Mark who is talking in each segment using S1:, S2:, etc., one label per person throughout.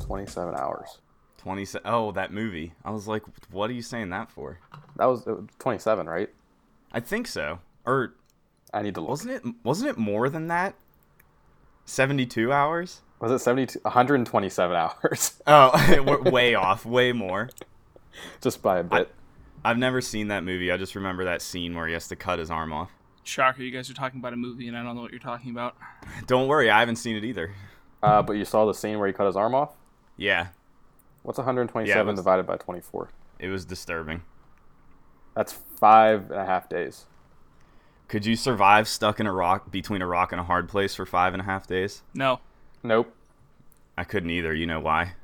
S1: 27 hours.
S2: 20 se- Oh, that movie. I was like, what are you saying that for?
S1: That was, it was 27, right?
S2: I think so. Or
S1: I need to look.
S2: wasn't it wasn't it more than that? 72 hours?
S1: Was it 72 127 hours
S2: Oh, we're way off, way more.
S1: just by a bit?
S2: I've never seen that movie. I just remember that scene where he has to cut his arm off.
S3: Shocker, you guys are talking about a movie and I don't know what you're talking about.
S2: Don't worry, I haven't seen it either.
S1: Uh, but you saw the scene where he cut his arm off?
S2: Yeah,
S1: What's 127
S2: Yeah, it was-
S1: divided by 24?
S2: it was disturbing.
S1: That's five and a half days.
S2: Could you survive stuck in a rock between a rock and a hard place for five and a half days?
S3: No.
S1: Nope.
S2: I couldn't either. You know why?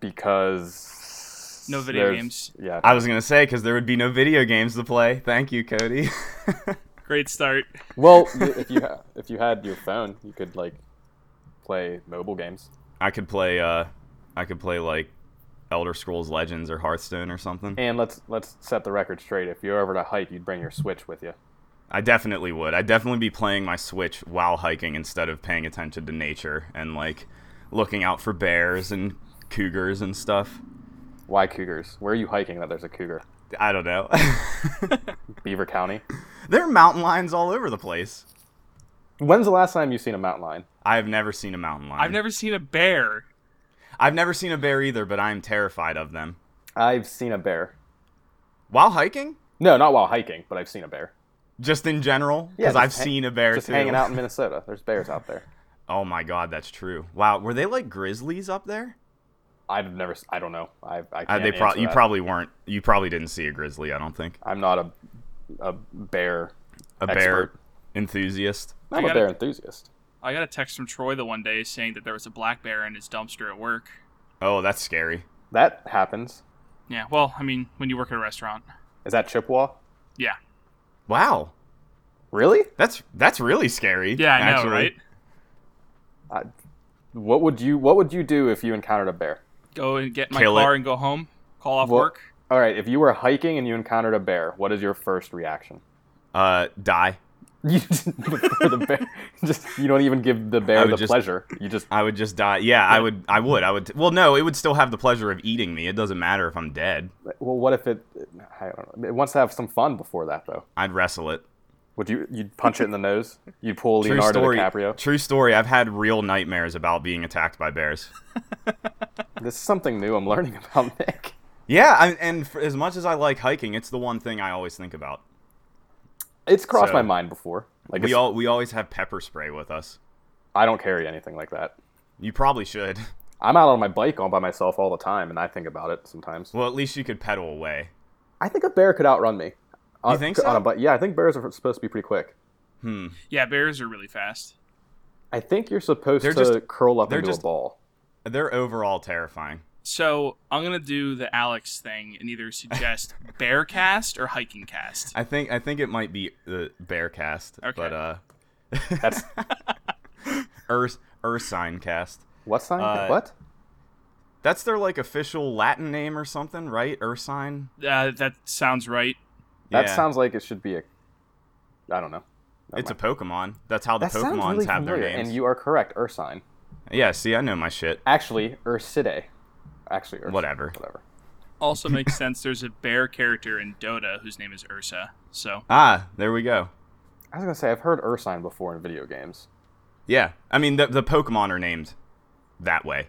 S1: Because.
S3: No video
S1: there's-
S3: games.
S1: Yeah.
S2: I was gonna say because there would be no video games to play. Thank you, Cody.
S3: Great start.
S1: Well, y- if you ha- if you had your phone, you could like play mobile games.
S2: I could play. Uh, I could play like Elder Scrolls Legends or Hearthstone or something.
S1: And let's let's set the record straight. If you're ever to hike, you'd bring your Switch with you.
S2: I definitely would. I'd definitely be playing my Switch while hiking instead of paying attention to nature and like looking out for bears and cougars and stuff.
S1: Why cougars? Where are you hiking that there's a cougar?
S2: I don't know.
S1: Beaver County.
S2: there are mountain lions all over the place.
S1: When's the last time you've seen a mountain lion?
S2: I have never seen a mountain lion.
S3: I've never seen a bear.
S2: I've never seen a bear either, but I am terrified of them.
S1: I've seen a bear.
S2: While hiking?
S1: No, not while hiking, but I've seen a bear.
S2: Just in general?
S1: Yeah,
S2: Because
S1: just
S2: I've
S1: hang-
S2: seen a bear
S1: Just
S2: too.
S1: hanging out in Minnesota. There's bears out there.
S2: Oh my god, that's true. Wow, were they like grizzlies up there?
S1: I've never. s- I don't know. I. I can't
S2: Uh, they pro-
S1: answer
S2: you
S1: that.
S2: probably weren't. You probably didn't see a grizzly, I don't think.
S1: I'm not a a bear.
S2: A bear
S1: Expert.
S2: enthusiast.
S1: I'm a
S3: gotta-
S1: bear enthusiast.
S3: I got a text from Troy the one day saying that there was a black bear in his dumpster at work.
S2: Oh, that's scary.
S1: That happens.
S3: Yeah, well, I mean, when you work at a restaurant.
S1: Is that Chippewa?
S3: Yeah.
S2: Wow.
S1: Really?
S2: That's that's really scary.
S3: Yeah, I know,
S2: actually.
S3: right?
S1: I, what would you What would you do if you encountered a bear?
S3: Go and get my
S2: Kill
S3: car
S2: it.
S3: and go home. Call off
S1: Well-
S3: work.
S1: All right, if you were hiking and you encountered a bear, what is your first reaction?
S2: Uh, die.
S1: You just, for the bear, just you don't even give the
S2: I
S1: bear
S2: would
S1: the
S2: just-
S1: pleasure. You just
S2: I would just die. Yeah, I would. I would. I would. Well, no, it would still have the pleasure of eating me. It doesn't matter if I'm dead.
S1: well, what if it? I don't know. It wants to have some fun before that, though.
S2: I'd wrestle it.
S1: Would you? You'd punch it in the nose. You'd pull
S2: True
S1: Leonardo
S2: story.
S1: DiCaprio.
S2: True story. I've had real nightmares about being attacked by bears.
S1: This is something new I'm learning about Nick.
S2: Yeah, I, and for, as much as I like hiking, it's the one thing I always think about.
S1: It's crossed
S2: So-
S1: my mind before. Like
S2: We
S1: it's-
S2: all we always have pepper spray with us.
S1: I don't carry anything like that.
S2: You probably should.
S1: I'm out on my bike all by myself all the time, and I think about it sometimes.
S2: Well, at least you could pedal away.
S1: I think a bear could outrun me. On,
S2: think
S1: On
S2: so?
S1: a bike. Yeah, I think bears are supposed to be pretty quick.
S2: Hmm.
S3: Yeah, bears are really fast.
S1: I think you're supposed
S2: They're
S1: to
S2: just-
S1: curl up
S2: they're
S1: into
S2: just-
S1: a ball.
S2: They're overall terrifying.
S3: So I'm gonna do the Alex thing and either suggest bear cast or hiking cast.
S2: I think I think it might be the bear cast,
S3: Okay.
S2: but uh,
S1: That's
S2: Urs Ursine cast.
S1: what sign?
S2: Uh,
S1: what?
S2: That's their like official Latin name or something, right? Ursine.
S3: Uh, that sounds right.
S1: That
S2: Yeah.
S1: sounds like it should be a. I don't know. Never
S2: It's a
S1: mind.
S2: Pokemon. That's how the
S1: That sounds
S2: Pokemons
S1: really
S2: have their
S1: familiar,
S2: names.
S1: and you are correct. Ursine.
S2: yeah, see, I know my shit.
S1: Actually, Ursidae. Actually, Urs-
S2: Whatever.
S1: Whatever.
S3: Also makes sense. There's a bear character in Dota whose name is Ursa. So
S2: Ah, there we go.
S1: I was gonna say I've heard Ursine before in video games.
S2: Yeah, I mean the the Pokemon are named that way.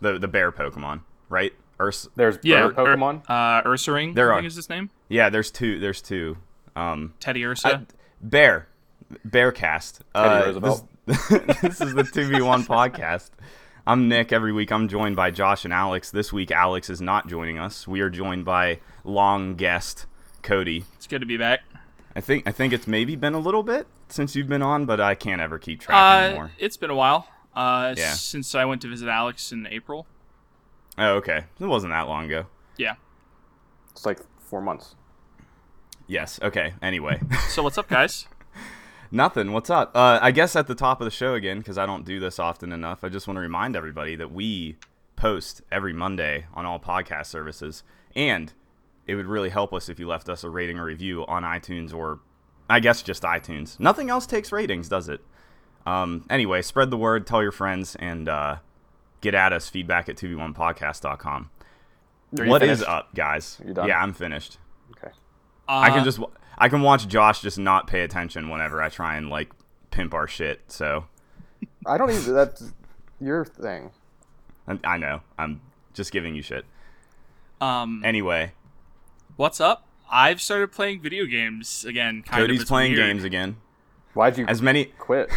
S2: The the bear Pokemon, right? Urs.
S1: There's
S3: yeah,
S1: bear Pokemon.
S3: Ur- uh, Ursaring.
S2: There
S3: I
S2: are.
S3: think is his name.
S2: Yeah, there's two. There's two. Um,
S3: Teddy
S2: I-
S3: Ursa.
S2: bear, bear cast.
S1: Teddy
S2: Uh,
S1: Roosevelt.
S2: This, this is the two v one podcast. I'm Nick. Every week, I'm joined by Josh and Alex. This week, Alex is not joining us. We are joined by long guest Cody.
S3: it's good to be back.
S2: I think I think it's maybe been a little bit since you've been on, but I can't ever keep track
S3: Uh,
S2: anymore.
S3: it's been a while uh,
S2: Yeah.
S3: since I went to visit Alex in April.
S2: Oh, okay. It wasn't that long ago.
S3: Yeah.
S1: It's like four months.
S2: Yes. Okay. Anyway,
S3: So what's up, guys?
S2: nothing. What's up? Uh, I guess at the top of the show again, because I don't do this often enough. I just want to remind everybody that we post every Monday on all podcast services, and it would really help us if you left us a rating or review on iTunes or, I guess, just iTunes. Nothing else takes ratings, does it? Um. Anyway, spread the word, tell your friends, and uh, get at us, feedback at 2v1podcast.com.
S1: Are you
S2: What is
S1: finished?
S2: up, guys?
S1: You done?
S2: Yeah, I'm finished.
S1: Okay.
S3: Uh,
S2: I can just wa- I can watch Josh just not pay attention whenever I try and like pimp our shit. So
S1: I don't even. That's your thing.
S2: I, I know I'm just giving you shit.
S3: um,
S2: Anyway,
S3: what's up? I've started playing video games again. Kind of.
S2: Cody's
S3: It's
S2: playing
S3: weird.
S2: games again.
S1: Why'd you
S2: As many
S1: quit?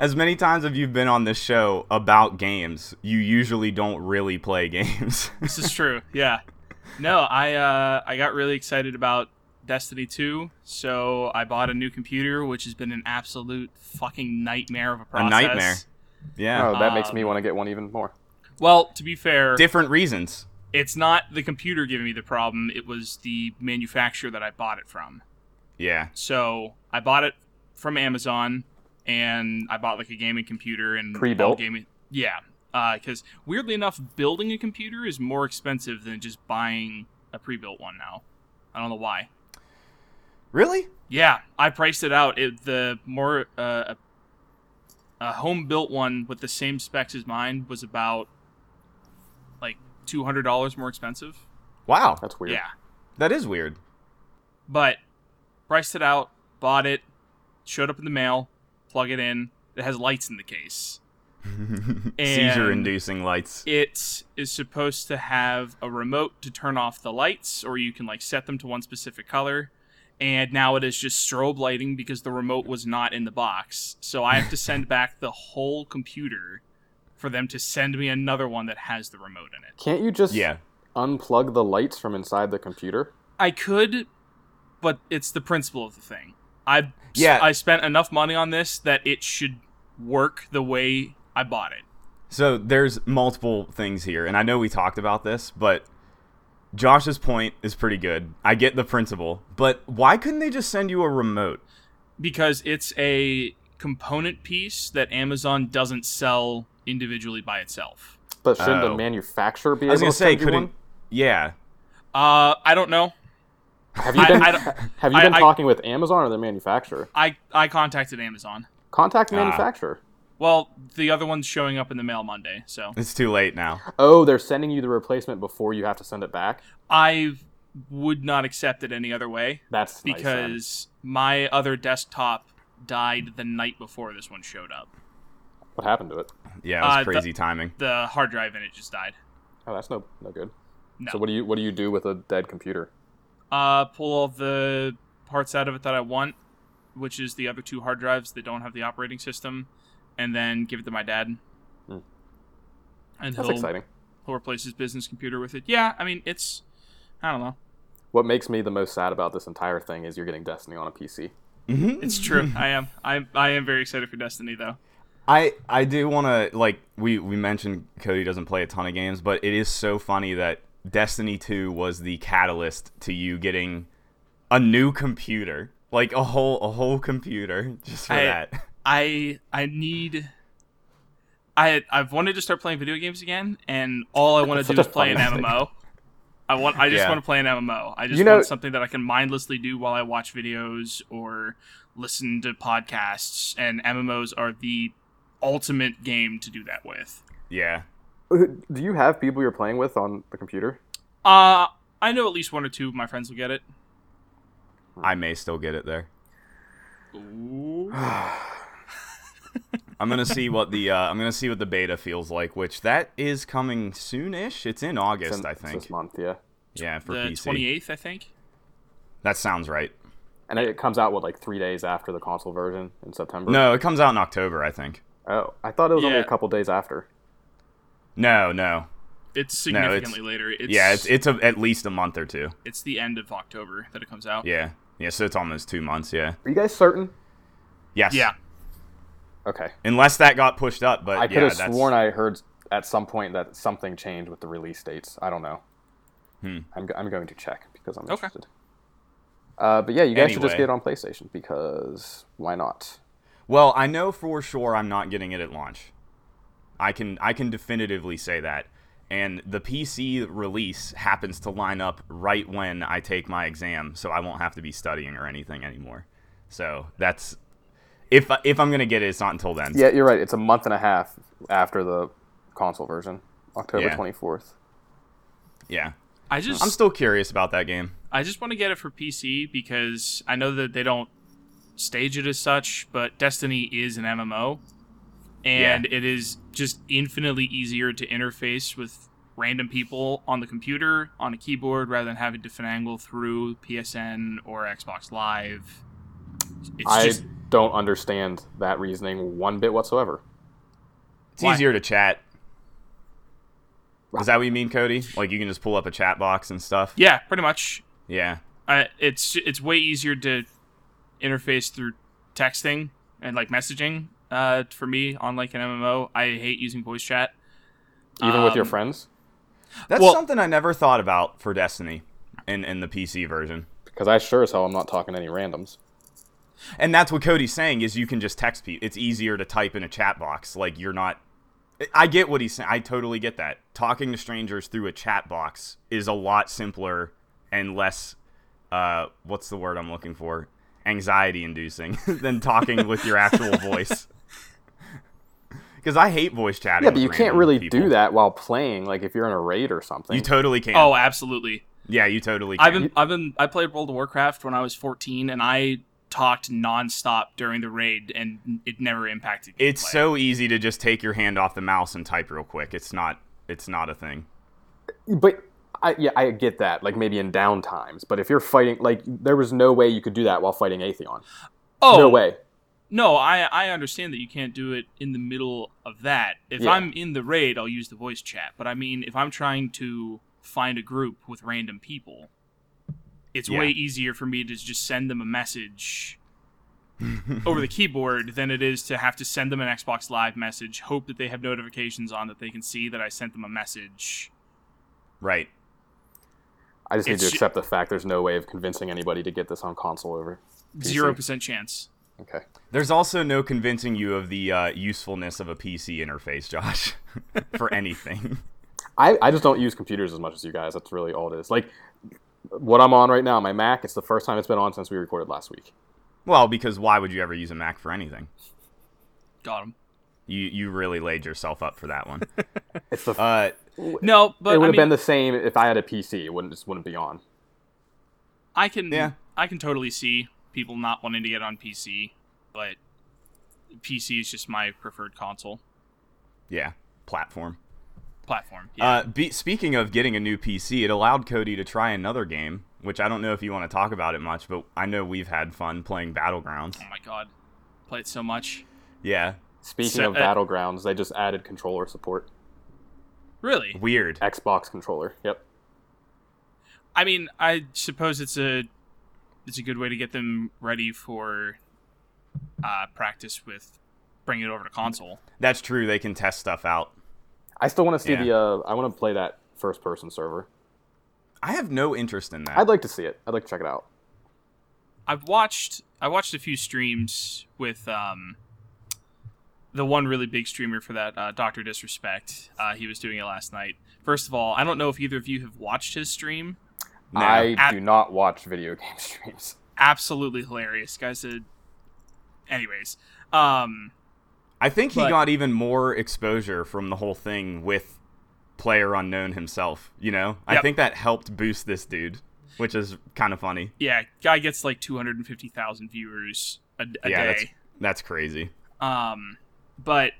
S2: as many times as you've been on this show about games, you usually don't really play games.
S3: This is true. Yeah. No, I uh, I got really excited about Destiny 2, so I bought a new computer, which has been an absolute fucking nightmare of a process.
S2: nightmare. yeah,
S1: Oh, that makes me
S3: Um,
S1: want to get one even more.
S3: Well, to be fair,
S2: different reasons.
S3: it's not the computer giving me the problem. It was the manufacturer that I bought it from.
S2: Yeah,
S3: So I bought it from Amazon, and I bought like a gaming computer and
S1: Pre-built?
S3: gaming. Yeah, because weirdly enough, building a computer is more expensive than just buying a pre-built one now. I don't know why.
S2: really?
S3: Yeah, I priced it out. It, the more uh, a, a home built one with the same specs as mine was about like two hundred dollars more expensive.
S2: Wow,
S1: That's weird.
S3: Yeah,
S2: that is weird.
S3: but priced it out, bought it, showed up in the mail, plug it in. It has lights in the case.
S2: Seizure-inducing lights.
S3: It is supposed to have a remote to turn off the lights, or you can like set them to one specific color. And now it is just strobe lighting because the remote was not in the box. So I have to send back the whole computer for them to send me another one that has the remote in it.
S1: Can't you just
S2: Yeah,
S1: unplug the lights from inside the computer?
S3: I could, but it's the principle of the thing. I
S2: Yeah.
S3: I spent enough money on this that it should work the way I bought it.
S2: So there's multiple things here, and I know we talked about this, but Josh's point is pretty good. I get the principle, but why couldn't they just send you a remote?
S3: because it's a component piece that Amazon doesn't sell individually by itself.
S1: But shouldn't
S2: Oh.
S1: a manufacturer be
S2: I was
S1: able
S2: gonna
S1: to
S2: say,
S1: send you
S2: couldn't?
S1: one?
S2: Yeah,
S3: Uh, I don't know.
S1: Have you
S3: I-
S1: been,
S3: I don't-
S1: have you
S3: I-
S1: been
S3: I-
S1: talking with Amazon or the manufacturer?
S3: I I contacted Amazon.
S1: Contact the
S2: Ah.
S1: manufacturer.
S3: Well, the other one's showing up in the mail Monday, so
S2: it's too late now.
S1: Oh, they're sending you the replacement before you have to send it back.
S3: I would not accept it any other way
S1: That's nice, then.
S3: because my other desktop died the night before this one showed up.
S1: what happened to it?
S2: Yeah, it was
S3: Uh, the-
S2: crazy timing.
S3: The hard drive in it just died.
S1: Oh, that's no no good.
S3: No.
S1: So what do you what do you do with a dead computer?
S3: Uh, pull all the parts out of it that I want, which is the other two hard drives that don't have the operating system, and then give it to my dad.
S1: Hmm.
S3: And
S1: That's
S3: he'll,
S1: exciting.
S3: he'll replace his business computer with it. Yeah, I mean, it's. I don't know.
S1: What makes me the most sad about this entire thing is you're getting Destiny on a PC.
S2: Mhm.
S3: It's true. I am. I, I am very excited for Destiny, though.
S2: I I do want to like we we mentioned Cody doesn't play a ton of games, but it is so funny that Destiny 2 was the catalyst to you getting a new computer, like a whole a whole computer just for
S3: I-
S2: that.
S3: I I need. I I've wanted to start playing video games again, and all I want
S1: That's
S3: to do
S1: such
S3: is
S1: a
S3: play an
S1: funny thing.
S3: MMO. I want. I just
S2: Yeah.
S3: want to play an MMO. I just
S1: You know-
S3: want something that I can mindlessly do while I watch videos or listen to podcasts. And MMOs are the ultimate game to do that with.
S2: Yeah.
S1: Uh, Do you have people you're playing with on the computer?
S3: Uh I know at least one or two of my friends will get it.
S2: I may still get it there.
S3: Ooh.
S2: I'm gonna see what the uh, I'm gonna see what the beta feels like, which that is coming soonish. It's in August,
S1: It's in-
S2: I
S1: it's
S2: think.
S1: this month, yeah.
S2: Yeah, for
S3: The
S2: PC.
S3: twenty eighth, I think.
S2: That sounds right.
S1: And it comes out what like three days after the console version in September.
S2: No, it comes out in October, I think.
S1: Oh, I thought it was only
S3: Yeah.
S1: a couple days after.
S2: No, no.
S3: It's
S2: No, it's-
S3: significantly later. It's,
S2: yeah, it's it's a, at least a month or two.
S3: it's the end of October that it comes out.
S2: Yeah. Yeah, so it's almost two months, yeah.
S1: Are you guys certain?
S2: Yes.
S3: yeah.
S1: Okay.
S2: Unless that got pushed up, but
S1: I could
S2: yeah,
S1: have
S2: that's,
S1: sworn I heard at some point that something changed with the release dates. I don't know.
S2: Hmm.
S1: I'm, go- I'm going to check because I'm
S3: Okay.
S1: interested. Uh, but yeah, you guys should just
S2: Anyway.
S1: get it on PlayStation because why not?
S2: Well, I know for sure I'm not getting it at launch. I can I can definitively say that. And the PC release happens to line up right when I take my exam, so I won't have to be studying or anything anymore. So that's if if I'm gonna get it, it's not until then.
S1: Yeah, you're right. It's a month and a half after the console version, October
S2: Yeah.
S1: twenty fourth.
S2: Yeah.
S3: I just
S2: I'm still curious about that game.
S3: I just want to get it for PC because I know that they don't stage it as such, but Destiny is an MMO, and it is just infinitely easier to interface with random people on the computer on a keyboard rather than having to finagle through PSN or Xbox Live. It's
S1: I
S3: just
S1: don't understand that reasoning one bit whatsoever.
S2: It's
S3: Why?
S2: easier to chat. Is that what you mean, Cody? Like you can just pull up a chat box and stuff?
S3: yeah, pretty much.
S2: Yeah.
S3: I, it's it's way easier to interface through texting and like messaging uh, for me on like an MMO. I hate using voice chat.
S1: Even with your
S3: Um,
S1: friends,
S2: That's
S3: Well-
S2: something I never thought about for Destiny in, in the PC version.
S1: because I sure as hell am not talking to any randoms.
S2: And that's what Cody's saying is you can just text people. It's easier to type in a chat box. Like you're not I get what he's saying. I totally get that. Talking to strangers through a chat box is a lot simpler and less uh what's the word I'm looking for? Anxiety inducing than talking with your actual voice. Cuz I hate voice chatting.
S1: Yeah, but
S2: with
S1: you can't
S2: random
S1: really
S2: people.
S1: do that while playing. Like if you're in a raid or something.
S2: You totally can.
S3: Oh,
S2: Oh,
S3: absolutely.
S2: yeah, you totally can.
S3: I've been I've been I played World of Warcraft when I was 14 and I talked nonstop during the raid and it never impacted me.
S2: It's so easy to just take your hand off the mouse and type real quick. It's not it's not a thing.
S1: but I, yeah, I get that. Like maybe in down times, but if you're fighting, like there was no way you could do that while fighting Atheon.
S3: oh,
S1: No way.
S3: No, I I understand that you can't do it in the middle of that. If
S1: Yeah.
S3: I'm in the raid, I'll use the voice chat. But I mean, if I'm trying to find a group with random people, it's
S2: Yeah.
S3: way easier for me to just send them a message over the keyboard than it is to have to send them an Xbox Live message, hope that they have notifications on that they can see that I sent them a message.
S2: Right.
S1: I just need to
S3: It's-
S1: accept the fact there's no way of convincing anybody to get this on console over. PC.
S3: Zero percent chance.
S1: Okay.
S2: There's also no convincing you of the uh, usefulness of a PC interface, Josh, for anything.
S1: I, I just don't use computers as much as you guys. That's really all it is. Like what I'm on right now, my Mac. It's the first time it's been on since we recorded last week.
S2: well, because why would you ever use a Mac for anything?
S3: Got him.
S2: You you really laid yourself up for that one.
S1: It's the f-
S2: Uh,
S3: No, but
S1: it would
S3: I
S1: have
S3: mean,
S1: been the same if I had a PC. It wouldn't just wouldn't be on.
S3: I can
S2: Yeah.
S3: I can totally see people not wanting to get on PC, but PC is just my preferred console
S2: yeah, platform.
S3: platform. Yeah.
S2: Uh, be, speaking of getting a new PC, it allowed Cody to try another game, which I don't know if you want to talk about it much, but I know we've had fun playing Battlegrounds.
S3: oh my god, play it so much.
S2: Yeah,
S1: Speaking
S3: So,
S1: of
S3: uh,
S1: battlegrounds, they just added controller support.
S3: Really?
S2: weird.
S1: Xbox controller. Yep.
S3: I mean, I suppose it's a it's a good way to get them ready for uh, practice with bringing it over to console.
S2: That's true. They can test stuff out.
S1: I still want to see
S2: Yeah.
S1: the. Uh, I want to play that first person server.
S2: I have no interest in that.
S1: I'd like to see it. I'd like to check it out.
S3: I've watched I watched a few streams with um the one really big streamer for that uh, Doctor Disrespect. Uh, he was doing it last night. First of all, I don't know if either of you have watched his stream.
S2: No.
S1: I
S3: At-
S1: do not watch video game streams.
S3: Absolutely hilarious, guys. Said, anyways, um,
S2: I think he
S3: But-
S2: got even more exposure from the whole thing with player unknown himself, you know? I
S3: Yep.
S2: think that helped boost this dude, which is kind of funny.
S3: yeah, guy gets like two hundred and fifty thousand viewers a, a
S2: yeah,
S3: day.
S2: that's that's crazy.
S3: Um, but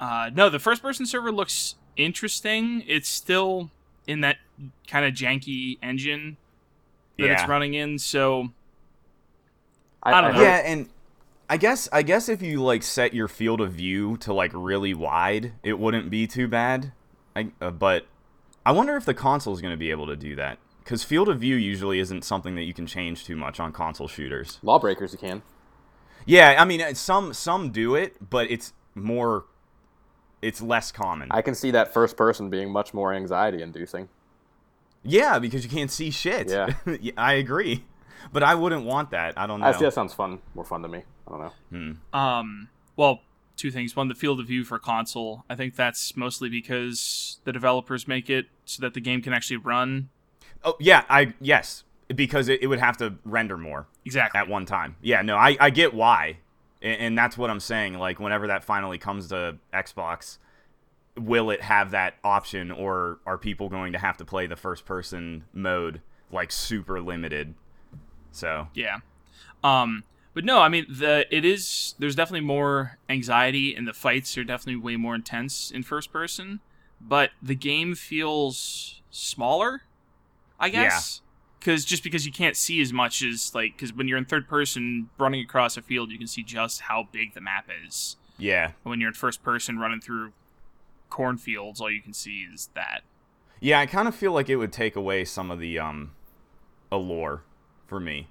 S3: uh, no, the first person server looks interesting. It's still in that kind of janky engine that
S2: Yeah.
S3: it's running in, so
S1: I,
S3: I don't know.
S1: heard-
S2: Yeah, and I guess I guess if you like set your field of view to like really wide, it wouldn't be too bad. I, uh, but I wonder if the console's going to be able to do that cuz field of view usually isn't something that you can change too much on console shooters.
S1: Lawbreakers, you can.
S2: Yeah, I mean uh, some some do it, but it's more it's less common.
S1: I can see that first person being much more anxiety inducing.
S2: yeah, because you can't see shit.
S1: Yeah.
S2: Yeah, I agree. But I wouldn't want that. I don't know.
S1: I see that sounds fun. More fun to me. I don't know.
S2: Hmm.
S3: um, well, two things. One, the field of view for console. I think that's mostly because the developers make it so that the game can actually run.
S2: Oh yeah, I yes, because it, it would have to render more
S3: Exactly.
S2: at one time. Yeah, no, I, I get why, and, and that's what I'm saying. Like whenever that finally comes to Xbox, will it have that option or are people going to have to play the first person mode like super limited? So
S3: Yeah. Um, but no, I mean the it is there's definitely more anxiety and the fights are definitely way more intense in first person, but the game feels smaller, I
S2: Yeah.
S3: guess. Cuz just because you can't see as much as like cuz when you're in third person running across a field, you can see just how big the map is.
S2: yeah.
S3: And when you're in first person running through cornfields, all you can see is that.
S2: Yeah, I kind of feel like it would take away some of the um allure for me.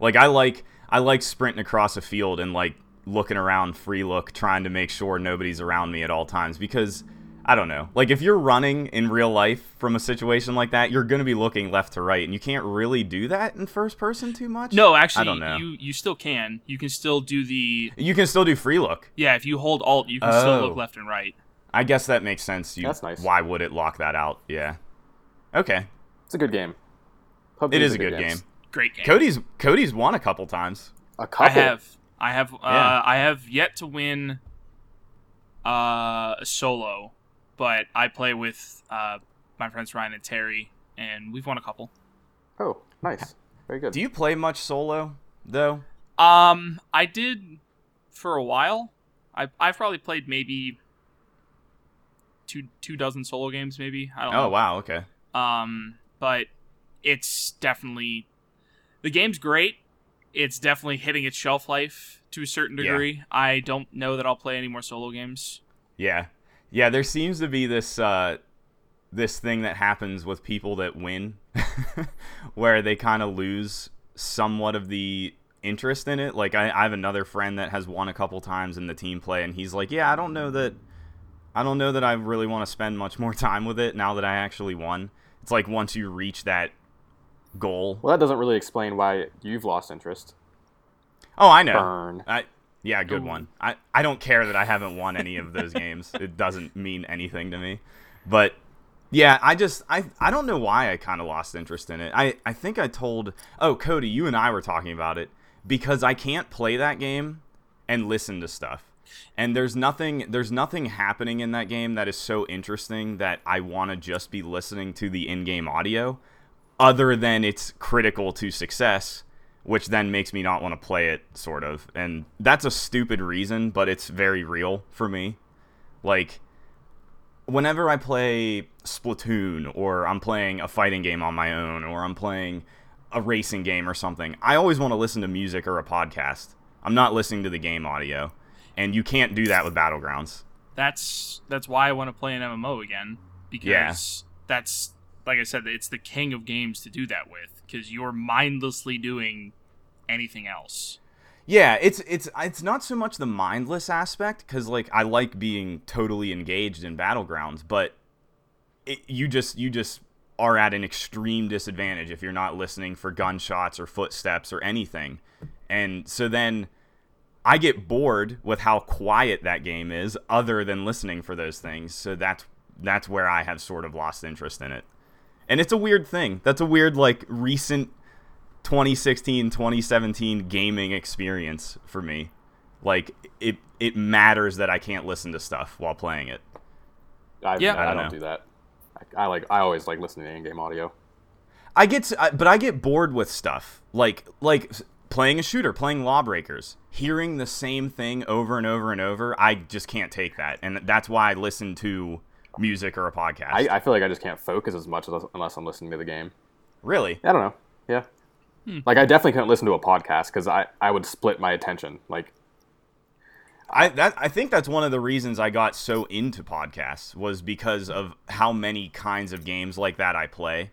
S2: Like I like I like sprinting across a field and like looking around free look trying to make sure nobody's around me at all times because I don't know. Like if you're running in real life from a situation like that, you're going to be looking left to right and you can't really do that in first person too much.
S3: No, actually
S2: I don't know.
S3: you you still can. You can still do the
S2: You can still do free look.
S3: Yeah, if you hold alt, you can still
S2: Oh.
S3: look left and right.
S2: I guess that makes sense. You,
S1: That's nice.
S2: Why would it lock that out? Yeah. Okay.
S1: It's a good game. PUBG
S2: It is a good game.
S3: Great game.
S2: Cody's Cody's won a couple times.
S1: A couple.
S3: I have, I have, uh,
S2: Yeah.
S3: I have yet to win uh, a solo, but I play with uh, my friends Ryan and Terry, and we've won a couple.
S1: Oh, nice. Very good.
S2: Do you play much solo though?
S3: Um, I did for a while. I I've probably played maybe two two dozen solo games, maybe. I don't know.
S2: Oh wow, okay.
S3: um, but it's definitely the game's great. It's definitely hitting its shelf life to a certain
S2: Yeah.
S3: degree. I don't know that I'll play any more solo games.
S2: Yeah. Yeah, there seems to be this uh this thing that happens with people that win where they kind of lose somewhat of the interest in it. Like I, I have another friend that has won a couple times in the team play and he's like, "Yeah, I don't know that I don't know that I really want to spend much more time with it now that I actually won." It's like once you reach that goal.
S1: Well, that doesn't really explain why you've lost interest.
S2: Oh, I know.
S1: Burn.
S2: I yeah, good one. I, I don't care that I haven't won any of those games. It doesn't mean anything to me. But yeah, I just I I don't know why I kind of lost interest in it. I I think I told oh Cody, you and I were talking about it because I can't play that game and listen to stuff. And there's nothing there's nothing happening in that game that is so interesting that I want to just be listening to the in-game audio other than it's critical to success, which then makes me not want to play it, sort of. And that's a stupid reason, but it's very real for me. Like, whenever I play Splatoon, or I'm playing a fighting game on my own, or I'm playing a racing game or something, I always want to listen to music or a podcast. I'm not listening to the game audio. And you can't do that with Battlegrounds.
S3: That's that's why I want to play an MMO again because that's like I said, it's the king of games to do that with because you're mindlessly doing anything else.
S2: Yeah, it's it's it's not so much the mindless aspect cuz like I like being totally engaged in battlegrounds, but it, you just you just are at an extreme disadvantage if you're not listening for gunshots or footsteps or anything. And so then I get bored with how quiet that game is other than listening for those things. So that's that's where I have sort of lost interest in it. And it's a weird thing. That's a weird like recent 2016 2017 gaming experience for me like it it matters that i can't listen to stuff while playing it
S1: I,
S3: Yeah.
S1: I,
S2: I
S1: don't
S2: know.
S1: do that. I, I like. I always like listening to in-game audio.
S2: i get s I but i get bored with stuff like like s- playing a shooter playing lawbreakers hearing the same thing over and over and over i just can't take that and that's why i listen to music or a podcast
S1: I, I feel like I just can't focus as much as, unless I'm listening to the game.
S2: really
S1: I don't know. Yeah.
S3: Hmm.
S1: Like I definitely couldn't listen to a podcast because I, I would split my attention. Like
S2: I that I think that's one of the reasons I got so into podcasts was because of how many kinds of games like that I play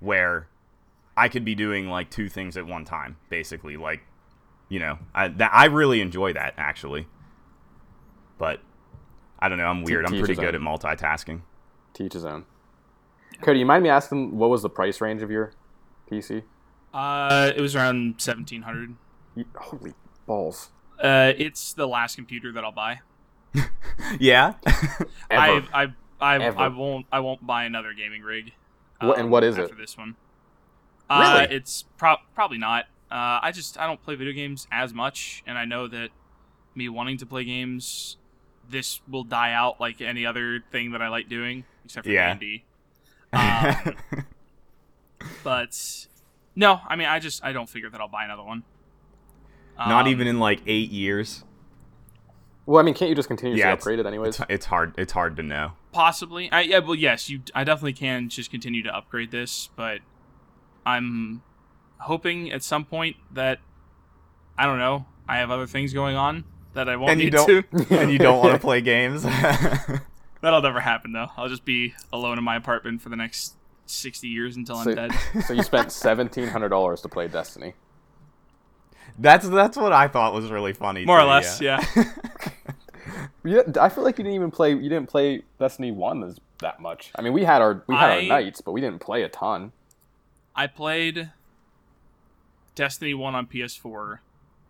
S2: where I could be doing like two things at one time basically like you know I that I really enjoy that actually but I don't know I'm weird I'm
S1: to
S2: pretty
S1: each his
S2: good at
S1: own.
S2: multitasking
S1: to each his own. Cody, you mind me asking what was the price range of your PC?
S3: Uh, it was around seventeen hundred.
S1: You, holy balls!
S3: Uh, it's the last computer that I'll buy.
S2: yeah
S1: Ever.
S3: I I I,
S1: Ever.
S3: I won't I won't buy another gaming rig. um,
S1: What- and what is it?
S3: after this one? Uh,
S2: Really?
S3: it's pro- probably not. Uh, I just I don't play video games as much, and I know that me wanting to play games this will die out like any other thing that I like doing, except for
S2: Yeah.
S3: D&D. Um, but no, I mean, I just I don't figure that I'll buy another one.
S2: Not
S3: Um,
S2: even in like eight years.
S1: Well, I mean, can't you just continue
S2: Yeah,
S1: to
S2: it's-
S1: upgrade it anyways?
S2: It's, it's hard. It's hard to know.
S3: possibly. I, yeah, well, yes, you. I definitely can just continue to upgrade this, but I'm hoping at some point that I don't know. I have other things going on that I won't
S2: And
S3: need
S2: you don't.
S3: to.
S2: and you don't want to play games.
S3: That'll never happen though. I'll just be alone in my apartment for the next sixty years until I'm
S1: So-
S3: dead.
S1: so you spent seventeen hundred dollars to play Destiny.
S2: that's that's what I thought was really funny.
S3: More or
S2: too,
S3: less, yeah.
S1: Yeah, I feel like you didn't even play. You didn't play Destiny One as, that much. I mean, we had our we had our
S3: I-
S1: nights, but we didn't play a ton.
S3: I played Destiny 1 on PS4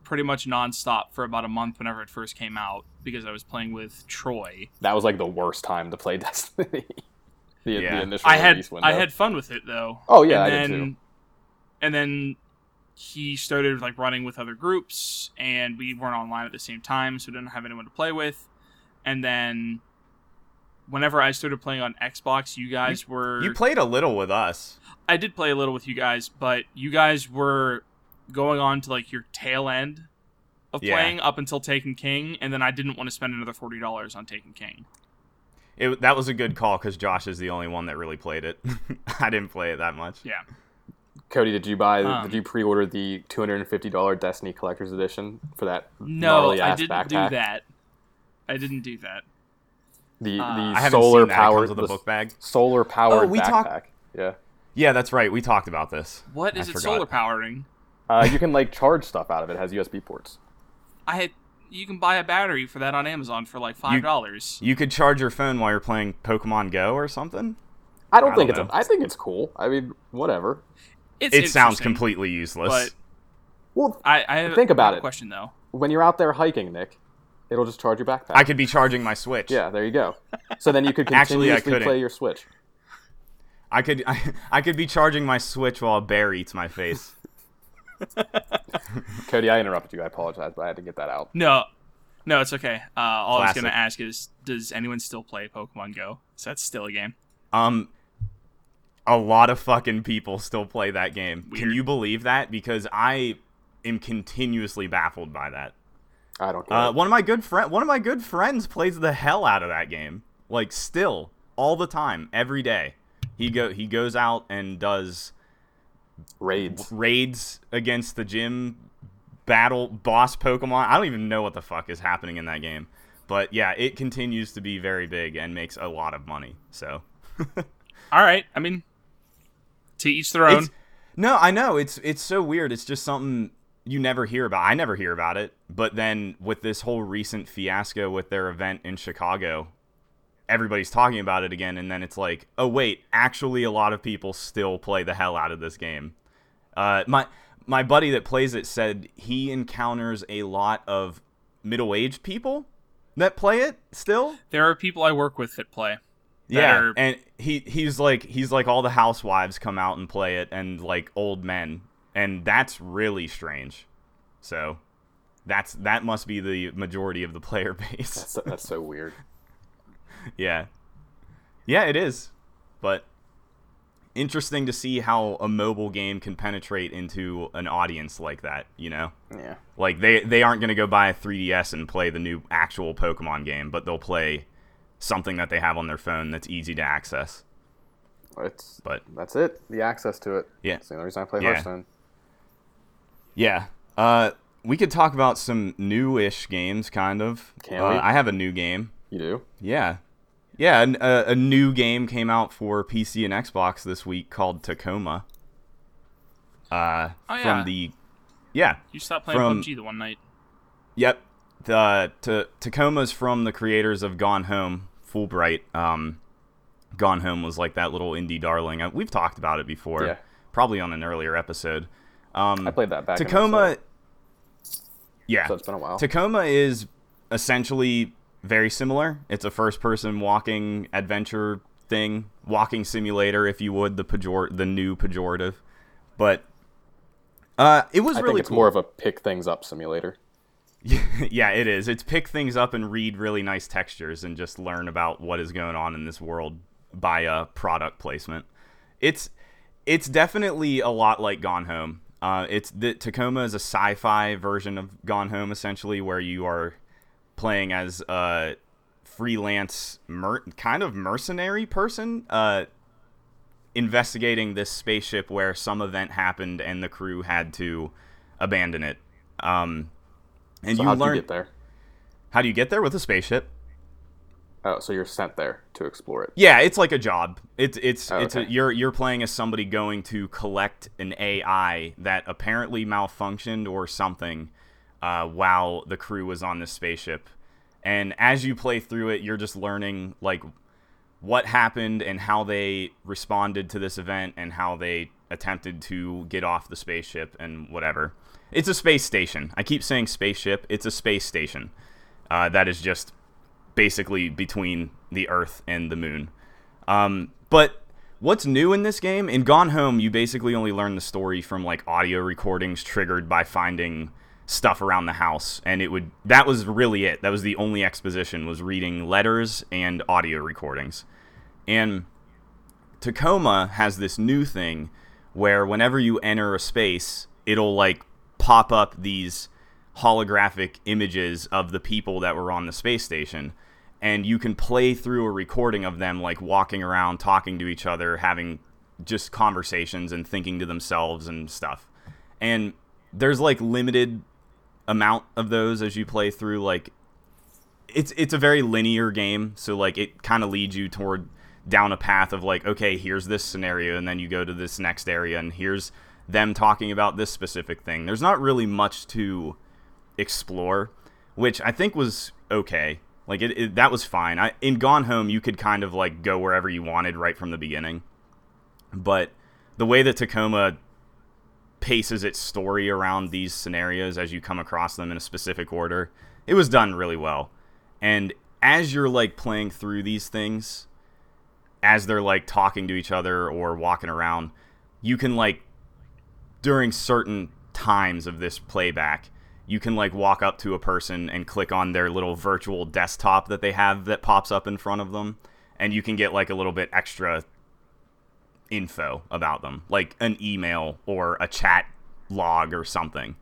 S3: pretty much nonstop for about a month whenever it first came out because I was playing with Troy.
S1: That was like the worst time to play Destiny. the,
S2: Yeah.
S1: the initial
S3: I had
S1: release window.
S3: I had fun with it though.
S1: Oh, yeah,
S3: and
S1: I did,
S3: then,
S1: too.
S3: And then he started like running with other groups, and we weren't online at the same time, so we didn't have anyone to play with. And then, whenever I started playing on Xbox, you guys were
S2: You played a little with us.
S3: I did play a little with you guys, but you guys were going on to like your tail end of
S2: Yeah.
S3: playing up until Taken King, and then I didn't want to spend another forty dollars on Taken King.
S2: It, that was a good call because Josh is the only one that really played it. I didn't play it that much.
S3: Yeah.
S1: Cody, did you buy?
S3: Um,
S1: did you pre-order the two hundred and fifty dollar Destiny Collector's Edition for that
S3: No,
S1: gnarly
S3: I
S1: ass
S3: didn't
S1: backpack?
S3: do that. I didn't do that.
S1: The
S3: Uh,
S1: the
S2: I haven't
S1: solar
S2: seen that. It comes
S1: powered
S2: with a book bag.
S1: solar powered
S2: Oh, we
S1: backpack.
S2: talked-
S1: Yeah,
S2: Yeah, that's right. We talked about this.
S3: What is
S2: I
S3: it
S2: forgot.
S3: solar powering?
S1: uh, you can like charge stuff out of it. It has USB ports.
S3: I had you can buy a battery for that on Amazon for like five dollars.
S2: You could charge your phone while you're playing Pokemon Go or something.
S1: I don't
S2: I
S1: think
S2: don't
S1: it's.
S2: know.
S1: A, I think it's cool. I mean, whatever.
S3: It's
S2: It sounds
S3: interesting,
S2: completely useless.
S3: But
S1: Well,
S3: I, I have
S1: Think
S3: I
S1: about
S3: have a
S1: it.
S3: Question though.
S1: when you're out there hiking, Nick, it'll just charge your backpack.
S2: I could be charging my Switch.
S1: Yeah, there you go. So then you could
S2: Actually,
S1: continuously
S2: I
S1: play
S2: couldn't.
S1: your Switch.
S2: I could I, I could be charging my Switch while a bear eats my face.
S1: Cody, I interrupted you. I apologize, but I had to get that out.
S3: No, no, it's okay. Uh, all I was gonna
S2: Classic.
S3: ask is, does anyone still play Pokemon Go? Is that still a game?
S2: Um a lot of fucking people still play that game. Can
S3: Weird.
S2: you believe that? Because I am continuously baffled by that.
S1: I don't care.
S2: Uh, one of my good friend one of my good friends plays the hell out of that game. Like still all the time, every day. He go he goes out and does
S1: Raids.
S2: raids against the gym battle boss Pokemon. I don't even know what the fuck is happening in that game. But yeah, it continues to be very big and makes a lot of money. So
S3: All right. I mean, to each their own.
S2: It's- no, I know it's it's so weird. It's just something you never hear about. I never hear about it. But then with this whole recent fiasco with their event in Chicago, everybody's talking about it again. And then it's like, oh wait, actually, a lot of people still play the hell out of this game. Uh, my my buddy that plays it said he encounters a lot of middle aged people that play it still.
S3: There are people I work with that play.
S2: Yeah,
S3: are-
S2: and he he's like he's like all the housewives come out and play it, and like old men, and that's really strange. So, that's that must be the majority of the player base.
S1: That's, that's so weird.
S2: yeah, yeah, it is, but interesting to see how a mobile game can penetrate into an audience like that. You know,
S1: Yeah.
S2: like they they aren't gonna go buy a 3ds and play the new actual Pokemon game, but they'll play something that they have on their phone that's easy to access.
S1: It's,
S2: But
S1: that's it. The access to it.
S2: Yeah.
S1: It's the only reason I play
S2: Yeah.
S1: Hearthstone.
S2: Yeah. Uh, we could talk about some new-ish games, kind of.
S1: Can
S2: Uh,
S1: we?
S2: I have a new game.
S1: You do?
S2: Yeah. Yeah, an, uh, a, a new game came out for PC and Xbox this week called Tacoma. Uh,
S3: Oh, yeah.
S2: From the... Yeah.
S3: You stopped playing
S2: From-
S3: PUBG the one night.
S2: Yep. The t- Tacoma's from the creators of Gone Home, Fulbright. Um, Gone Home was like that little indie darling. Uh, We've talked about it before,
S1: Yeah.
S2: probably on an earlier episode. Um,
S1: I played that back in the
S2: Tacoma.
S1: summer,
S2: Yeah.
S1: so it's been a while.
S2: Tacoma is essentially very similar. It's a first-person walking adventure thing, walking simulator, if you would, the pejor- the new pejorative. But uh, it was
S1: I
S2: really
S1: think it's
S2: cool.
S1: more of a pick things up simulator.
S2: yeah, it is. It's pick things up and read really nice textures and just learn about what is going on in this world by uh, product placement. It's it's definitely a lot like Gone Home. Uh, it's the Tacoma is a sci-fi version of Gone Home, essentially, where you are playing as a freelance, mer- kind of mercenary person, uh, investigating this spaceship where some event happened and the crew had to abandon it. Um, and
S1: So
S2: you
S1: how'd
S2: learn
S1: you get there?
S2: how do you get there with a spaceship?
S1: Oh, so you're sent there to explore it.
S2: Yeah, it's like a job. It's it's
S1: Oh,
S2: it's a,
S1: okay.
S2: you're you're playing as somebody going to collect an AI that apparently malfunctioned or something uh, while the crew was on this spaceship. And as you play through it, you're just learning like what happened and how they responded to this event and how they attempted to get off the spaceship and whatever. It's a space station. I keep saying spaceship. It's a space station uh, that is just basically between the Earth and the Moon. Um, but what's new in this game? In Gone Home, you basically only learn the story from like audio recordings triggered by finding stuff around the house, and it would that was really it. That was the only exposition was reading letters and audio recordings. And Tacoma has this new thing where whenever you enter a space, it'll like pop up these holographic images of the people that were on the space station. And you can play through a recording of them like walking around, talking to each other, having just conversations and thinking to themselves and stuff. And there's like limited amount of those as you play through like it's it's a very linear game, so like it kind of leads you toward down a path of like, okay, here's this scenario, and then you go to this next area, and here's them talking about this specific thing. There's not really much to explore, which I think was okay. Like it, it that was fine. I, in Gone Home, you could kind of like go wherever you wanted right from the beginning, but the way that Tacoma paces its story around these scenarios as you come across them in a specific order. It was done really well. And as you're like playing through these things, as they're like talking to each other or walking around, you can like during certain times of this playback, you can like walk up to a person and click on their little virtual desktop that they have that pops up in front of them and you can get like a little bit extra info about them, like an email or a chat log or something.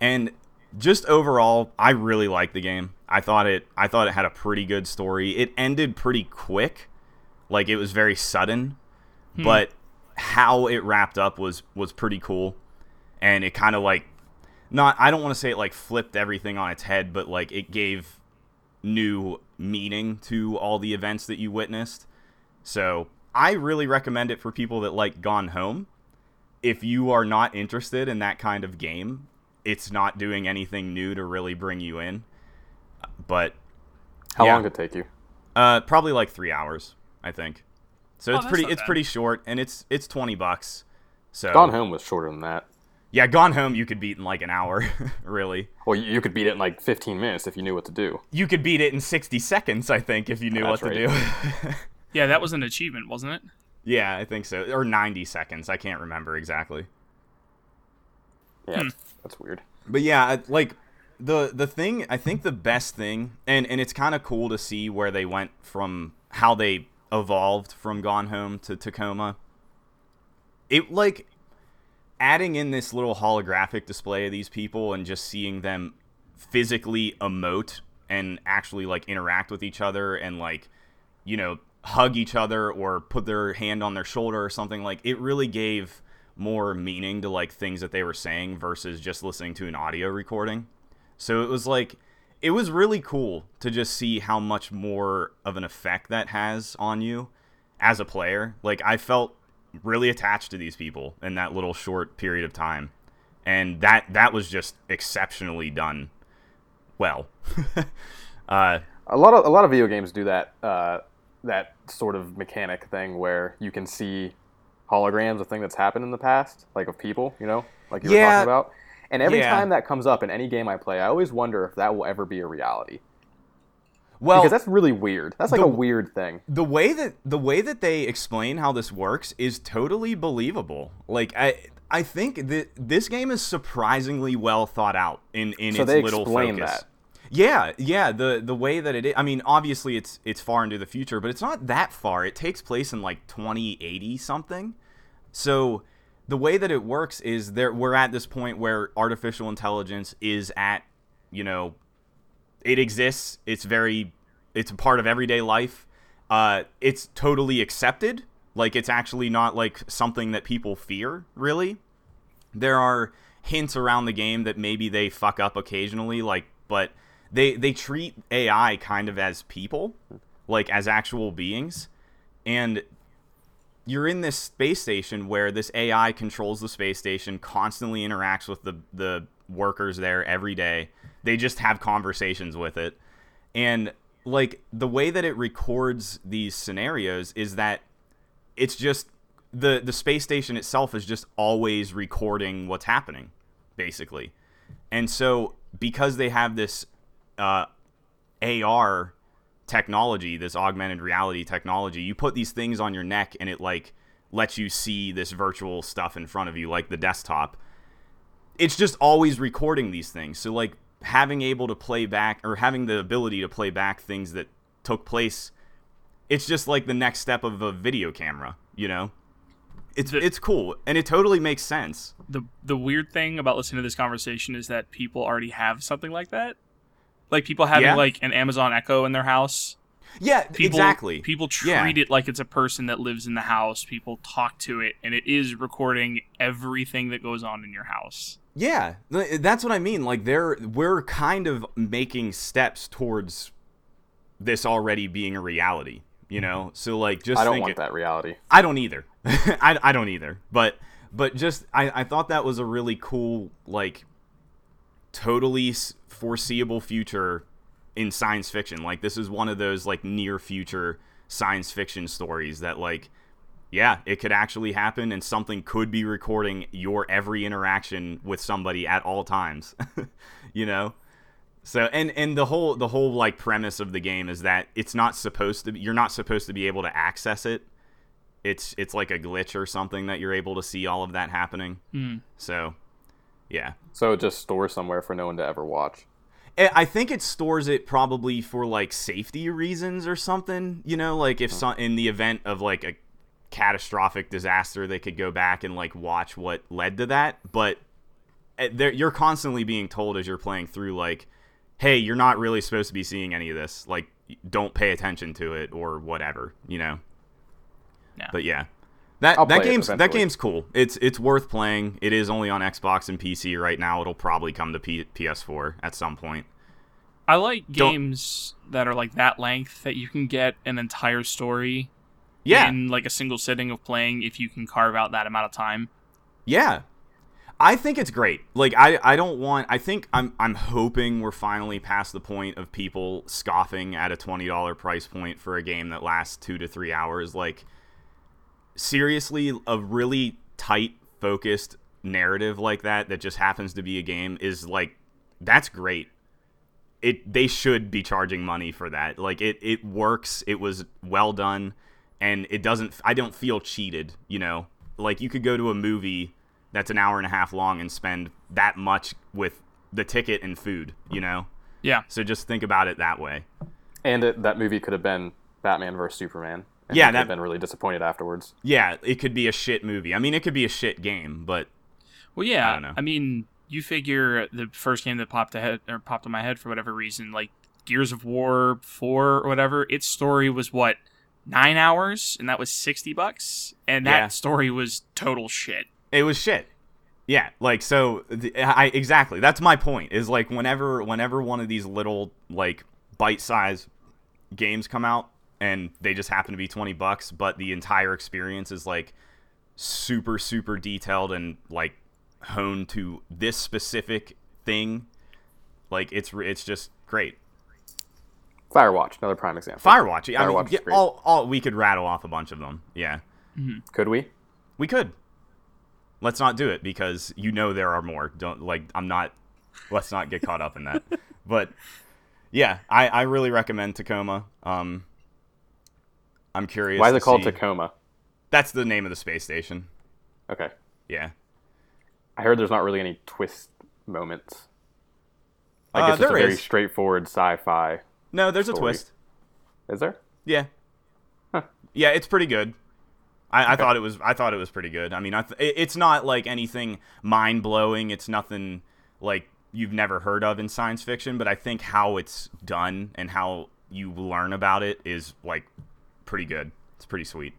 S2: And just overall, I really liked the game. I thought it I thought it had a pretty good story. It ended pretty quick. Like it was very sudden, but how it wrapped up was was pretty cool. And it kind of like not I don't want to say it like flipped everything on its head, but like it gave new meaning to all the events that you witnessed. So I really recommend it for people that like Gone Home. If you are not interested in that kind of game, it's not doing anything new to really bring you in. But
S1: How
S2: Yeah.
S1: long did it take you?
S2: uh, probably like three hours, I think. So it's
S3: Oh, that's
S2: pretty
S3: not
S2: it's
S3: bad.
S2: pretty short, and it's it's twenty bucks. So
S1: Gone Home was shorter than that.
S2: yeah, Gone Home you could beat in like an hour, really.
S1: Well, you- you could beat it in like 15 minutes if you knew what to do.
S2: You could beat it in sixty seconds, I think, if you knew
S1: That's
S2: what to do.
S3: Yeah, that was an achievement, wasn't it?
S2: yeah, I think so, or ninety seconds. I can't remember exactly.
S1: Yeah,
S2: Hmm.
S1: that's- that's weird.
S2: But yeah, I- like the the thing I think the best thing and and it's kind of cool to see where they went from how they evolved from Gone Home to Tacoma. It like adding in this little holographic display of these people and just seeing them physically emote and actually like interact with each other and like you know hug each other or put their hand on their shoulder or something like it really gave more meaning to like things that they were saying versus just listening to an audio recording so it was like it was really cool to just see how much more of an effect that has on you as a player. Like I felt really attached to these people in that little short period of time. And that that was just exceptionally done well. uh
S1: A lot of a lot of video games do that uh, that sort of mechanic thing where you can see holograms, a thing that's happened in the past, like of people, you know, like you were
S2: Yeah.
S1: talking about. And every
S2: Yeah.
S1: time that comes up in any game I play, I always wonder if that will ever be a reality
S2: well
S1: because that's really weird. That's like
S2: the-
S1: a weird thing.
S2: the way that the way that they explain how this works is totally believable. Like I I think that this game is surprisingly well thought out in in
S1: So
S2: its
S1: they
S2: little
S1: explain
S2: focus.
S1: that.
S2: Yeah, yeah. The the way that it is, I mean, obviously it's it's far into the future, but it's not that far. It takes place in like 2080 something. So the way that it works is there we're at this point where artificial intelligence is at, you know, it exists. It's very it's a part of everyday life. Uh, it's totally accepted. Like it's actually not like something that people fear really there are hints around the game that maybe they fuck up occasionally like but they they treat ai kind of as people like as actual beings and you're in this space station where this ai controls the space station constantly interacts with the the workers there every day they just have conversations with it and like the way that it records these scenarios is that it's just the the space station itself is just always recording what's happening basically and so because they have this uh, ar technology this augmented reality technology you put these things on your neck and it like lets you see this virtual stuff in front of you like the desktop it's just always recording these things so like having able to play back or having the ability to play back things that took place it's just like the next step of a video camera you know it's
S3: The-
S2: it's cool and it totally makes sense
S3: the the weird thing about listening to this conversation is that people already have something like that. Like people having
S2: Yeah.
S3: like an Amazon Echo in their house.
S2: yeah
S3: People,
S2: exactly
S3: People treat
S2: Yeah.
S3: it like it's a person that lives in the house. People talk to it, and it is recording everything that goes on in your house.
S2: Yeah, th- that's what I mean. Like there, we're kind of making steps towards this already being a reality. You know, so like just
S1: Mm-hmm. I don't
S2: think
S1: want
S2: it-
S1: that reality.
S2: I don't either. I, I don't either. But but just I, I thought that was a really cool like totally s- foreseeable future in science fiction. Like this is one of those like near future science fiction stories that like yeah, it could actually happen and something could be recording your every interaction with somebody at all times. you know? So and and the whole the whole like premise of the game is that it's not supposed to be, you're not supposed to be able to access it it's it's like a glitch or something that you're able to see all of that happening.
S3: Hmm.
S2: So, yeah,
S1: So it just stores somewhere for no one to ever watch.
S2: Eh, I I think it stores it probably for like safety reasons or something. You know, like if some, in the event of like a catastrophic disaster, they could go back and like watch what led to that. But eh, there, you're constantly being told as you're playing through, like, hey, you're not really supposed to be seeing any of this. Like, don't pay attention to it or whatever. You know.
S3: Yeah.
S2: But yeah. That,
S1: I'll
S2: that
S1: play it
S2: game's that
S1: eventually.
S2: game's cool. It's it's worth playing. It is only on Xbox and PC right now. It'll probably come to P- PS4 at some point.
S3: I like
S2: Don't-
S3: games that are like that length that you can get an entire story
S2: Yeah,
S3: in like a single sitting of playing if you can carve out that amount of time.
S2: Yeah. I think it's great. Like I I don't want I think I'm I'm hoping we're finally past the point of people scoffing at a $20 price point for a game that lasts 2 to 3 hours like seriously a really tight focused narrative like that that just happens to be a game is like that's great. It they should be charging money for that. Like it it works. It was well done and it doesn't I don't feel cheated, you know. Like you could go to a movie that's an hour and a half long and spend that much with the ticket and food, you know.
S3: Yeah.
S2: So just think about it that way.
S1: And it, that movie could have been Batman versus Superman. And
S2: Yeah,
S1: you could have
S2: that-
S1: been really disappointed afterwards.
S2: Yeah, it could be a shit movie. I mean, it could be a shit game, but
S3: Well, yeah.
S2: I
S3: I,
S2: don't know.
S3: mean, you figure the first game that popped ahead or popped in my head for whatever reason, like Gears of War Four or whatever, its story was what nine hours, and that was sixty bucks, and that
S2: Yeah.
S3: story was total shit.
S2: it was shit yeah like so the, i exactly that's my point is like whenever whenever one of these little like bite-sized games come out and they just happen to be 20 bucks but the entire experience is like super super detailed and like honed to this specific thing like it's re- it's just great
S1: Firewatch, another prime example.
S2: firewatch i mean
S1: Firewatch is
S2: yeah,
S1: great.
S2: all, all we could rattle off a bunch of them yeah
S1: could we?
S2: We could. Let's not do it because you know there are more. Don't like I'm not let's not get caught up in that. But yeah, I, I really recommend Tacoma. Um I'm curious.
S1: Why is
S2: to
S1: it called
S2: see-
S1: Tacoma?
S2: That's the name of the space station.
S1: Okay.
S2: Yeah.
S1: I heard there's not really any twist moments.
S2: Uh,
S1: Like it's just a
S2: there
S1: very
S2: is.
S1: straightforward sci-fi.
S2: No, there's a
S1: Story.
S2: twist.
S1: Is there?
S2: Yeah.
S1: Huh.
S2: Yeah, it's pretty good. I, I thought it was. I thought it was pretty good. I mean, I th- it- it's not like anything mind blowing. It's nothing like you've never heard of in science fiction. But I think how it's done and how you learn about it is like pretty good. It's pretty sweet.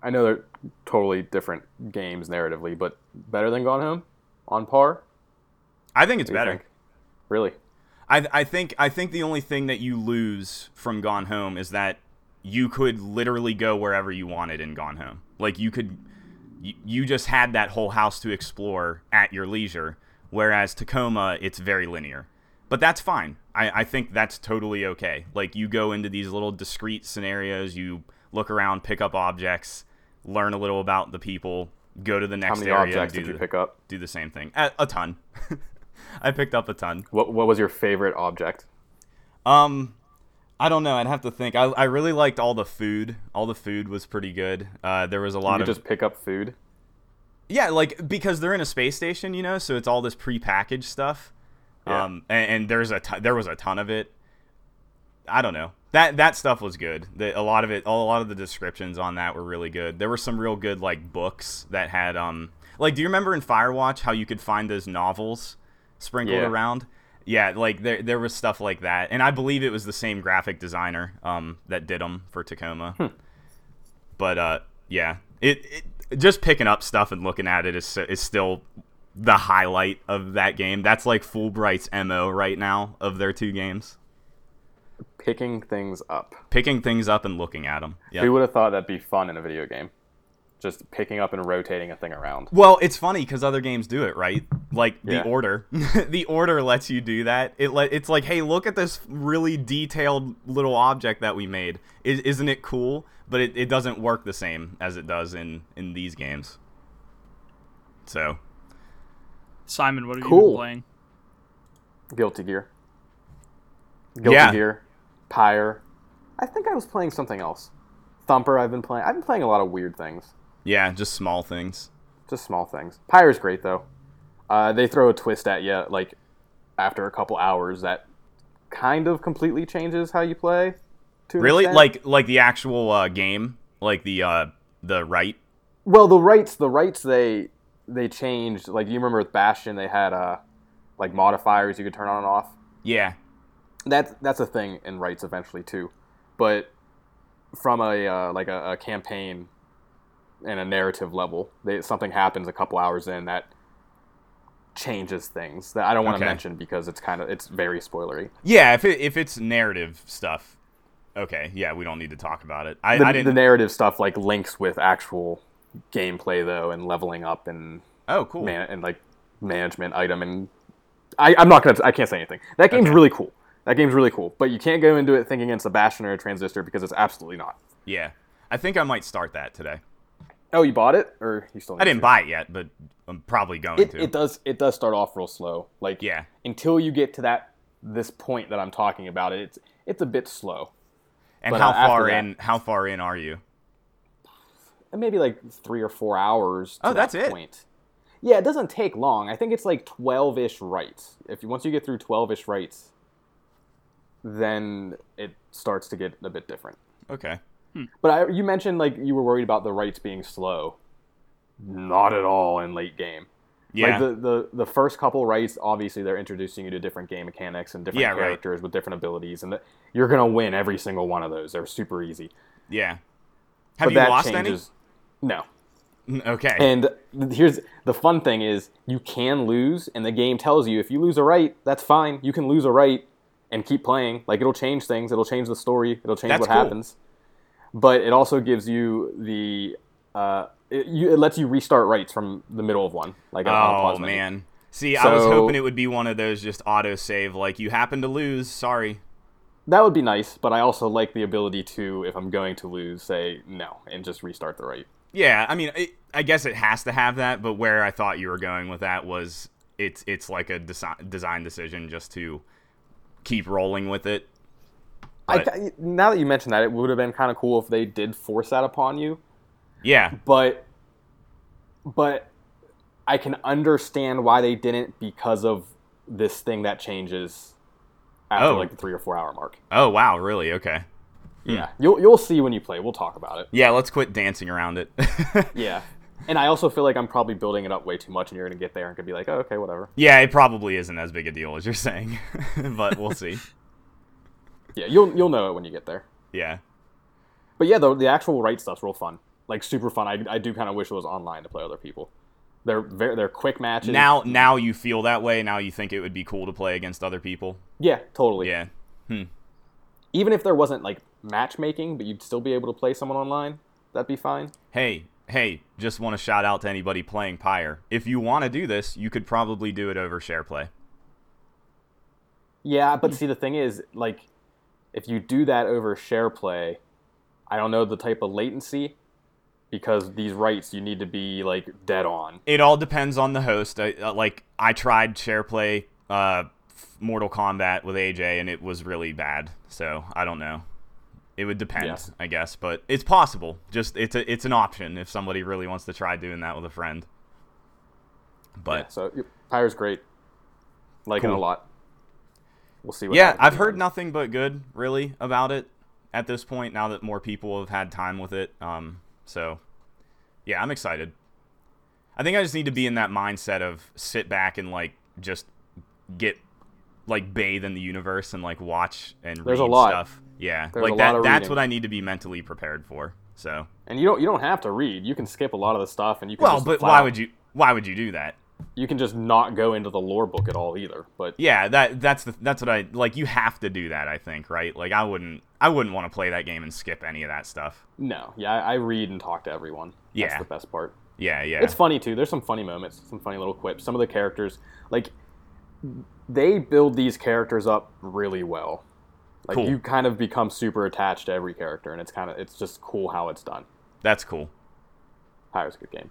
S1: I know they're totally different games narratively, but better than Gone Home, on par.
S2: I think it's
S1: What do you
S2: better.
S1: think? Really?
S2: I, I think I think the only thing that you lose from Gone Home is that you could literally go wherever you wanted in Gone Home. Like you could, you, you just had that whole house to explore at your leisure. Whereas Tacoma, it's very linear, but that's fine. I, I think that's totally okay. Like you go into these little discrete scenarios, you look around, pick up objects, learn a little about the people, go to the
S1: How
S2: next
S1: many
S2: area, and
S1: objects
S2: do
S1: did you
S2: the,
S1: pick up?
S2: do the same thing. A, a ton. I picked up a ton.
S1: What What was your favorite object?
S2: Um, I don't know. I'd have to think. I, I really liked all the food. All the food was pretty good. Uh, there was a
S1: You
S2: lot
S1: could
S2: of
S1: just pick up food.
S2: yeah, like because they're in a space station, you know, so it's all this prepackaged stuff.
S1: Yeah.
S2: Um, and, and there's a ton, there was a ton of it. I don't know. That that stuff was good. The, a lot of it, a lot of the descriptions on that were really good. There were some real good like books that had um, like do you remember in Firewatch how you could find those novels sprinkled
S1: Yeah.
S2: around? Yeah, like there there was stuff like that, and I believe it was the same graphic designer um that did them for Tacoma
S1: Hmm.
S2: but uh, yeah, it, it just picking up stuff and looking at it is is still the highlight of that game. That's like Fulbright's mo right now of their two games,
S1: Picking things up.
S2: picking things up and looking at them. Yeah.
S1: Who would have thought that'd be fun in a video game? Just picking up and rotating a thing around.
S2: Well, it's funny because other games do it, right? Like
S1: Yeah.
S2: the order, the order lets you do that. It let it's like, hey, look at this really detailed little object that we made. Is, isn't it cool? But it, it doesn't work the same as it does in in these games. So
S3: Simon, what have you
S1: Cool.
S3: been playing?
S1: Guilty Gear. Guilty
S2: Yeah.
S1: Gear. Pyre. I think I was playing something else. Thumper. I've been playing. I've been playing a lot of weird things.
S2: yeah, just small things.
S1: just small things. Pyre's great though. Uh, they throw a twist at you like after a couple hours that kind of completely changes how you play. To an
S2: Really?
S1: extent.
S2: Like like the actual uh, game, like the uh, the right.
S1: well, the rights the rights they they changed. Like you remember with Bastion, they had uh like modifiers you could turn on and off.
S2: Yeah.
S1: That's that's a thing in rights eventually too, but from a uh, like a, a campaign and a narrative level, they, something happens a couple hours in that changes things that I don't want to
S2: Okay.
S1: mention because it's kind of it's very spoilery.
S2: Yeah. If it, if it's narrative stuff, okay. Yeah, we don't need to talk about it. I,
S1: The,
S2: I
S1: the
S2: didn't.
S1: narrative stuff like links with actual gameplay though, and leveling up and
S2: oh, cool.
S1: man and like management item and I, I'm not gonna I can't say anything. That game's really cool. That game's really cool, but you can't go into it thinking it's a Bastion or a Transistor because it's absolutely not.
S2: Yeah. I think I might start that today.
S1: Oh, you bought it, or you still?
S2: I didn't buy it yet, but I'm probably going
S1: It,
S2: to.
S1: it does. It does start off real slow. Like
S2: Yeah.
S1: until you get to that this point that I'm talking about. It, it's it's a bit slow,
S2: and
S1: but,
S2: how
S1: uh, after
S2: far
S1: that-
S2: in? How far in are you?
S1: and maybe like three or four hours. To
S2: Oh, that's
S1: that
S2: it.
S1: Point. Yeah, it doesn't take long. I think it's like twelve ish rights. If you once you get through twelve ish rights, then it starts to get a bit different.
S2: Okay.
S1: But I, you mentioned like you were worried about the rights being slow. Not at all in late game.
S2: Yeah.
S1: Like the, the the first couple rights, obviously they're introducing you to different game mechanics and different
S2: Yeah, right.
S1: characters with different abilities, and the, you're gonna win every single one of those. They're super easy.
S2: yeah. Have
S1: but
S2: you
S1: that
S2: lost
S1: changes. No.
S2: any? Mm, Okay.
S1: And th- here's the fun thing is you can lose, and the game tells you if you lose a right, that's fine. You can lose a right and keep playing. Like it'll change things. It'll change the story. It'll change
S2: That's
S1: what
S2: cool.
S1: happens. But it also gives you the. Uh, it, you, it lets you restart rights from the middle of one, like on a
S2: oh
S1: pause menu.
S2: man. See, I was
S1: So-
S2: hoping it would be one of those just auto save, like you happen to lose. Sorry.
S1: That would be nice, but I also like the ability to, if I'm going to lose, say no and just restart the right.
S2: Yeah, I mean, it, I guess it has to have that, but where I thought you were going with that was it's it's like a desi- design decision just to keep rolling with it.
S1: I,
S2: But-
S1: ca- now that you mention that, it would have been kind of cool if they did force that upon you,
S2: Yeah,
S1: but but I can understand why they didn't because of this thing that changes after
S2: Oh.
S1: like the three or four hour mark.
S2: Oh wow, really? Okay.
S1: Yeah, you'll you'll see when you play. We'll talk about it.
S2: Yeah, let's quit dancing around it.
S1: Yeah, and I also feel like I'm probably building it up way too much, and you're gonna get there and could be like, oh, okay, whatever.
S2: yeah, it probably isn't as big a deal as you're saying, but we'll see.
S1: Yeah, you'll you'll know it when you get there.
S2: Yeah.
S1: But yeah, the, the actual right stuff's real fun, like super fun. I, I do kind of wish it was online to play other people. They're very they're quick matches.
S2: Now, now you feel that way. Now you think it would be cool to play against other people.
S1: yeah, totally.
S2: Yeah.
S1: Even if there wasn't like matchmaking, but you'd still be able to play someone online. That'd be fine.
S2: Hey, hey, just want to shout out to anybody playing Pyre. If you want to do this, you could probably do it over SharePlay.
S1: Yeah, but see, the thing is, like, if you do that over share play, I don't know the type of latency because these rights you need to be like dead on.
S2: It all depends on the host. I, uh, like I tried SharePlay uh, f- Mortal Kombat with AJ, and it was really bad. So I don't know. It would depend,
S1: Yes.
S2: I guess, but it's possible. Just it's a, it's an option if somebody really wants to try doing that with a friend. But
S1: So y- Pyre's great, like it a
S2: Cool.
S1: lot. We'll see. What
S2: Yeah,
S1: happens
S2: I've
S1: in
S2: heard
S1: the end.
S2: nothing but good, really, about it at this point. Now that more people have had time with it, um, so yeah, I'm excited. I think I just need to be in that mindset of sit back and like just get like bathe in the universe and like watch and
S1: There's a
S2: read
S1: lot.
S2: stuff. Yeah,
S1: There's
S2: like
S1: a
S2: that.
S1: lot of
S2: that's
S1: reading.
S2: what I need to be mentally prepared for. So
S1: And you don't you don't have to read. You can skip a lot of the stuff, and you can
S2: well,
S1: just
S2: but
S1: flat
S2: why
S1: out-
S2: would you? Why would you do that?
S1: you can just not go into the lore book at all either. But
S2: Yeah, that that's the that's what I like. You have to do that, I think, right? Like I wouldn't I wouldn't want to play that game and skip any of that stuff.
S1: no, yeah, I, I read and talk to everyone.
S2: Yeah.
S1: That's the best part.
S2: Yeah, yeah.
S1: It's funny too. There's some funny moments, some funny little quips. Some of the characters, like they build these characters up really well. Like
S2: Cool.
S1: you kind of become super attached to every character, and it's kind of it's just cool how it's done.
S2: That's cool.
S1: Pyro's a good game.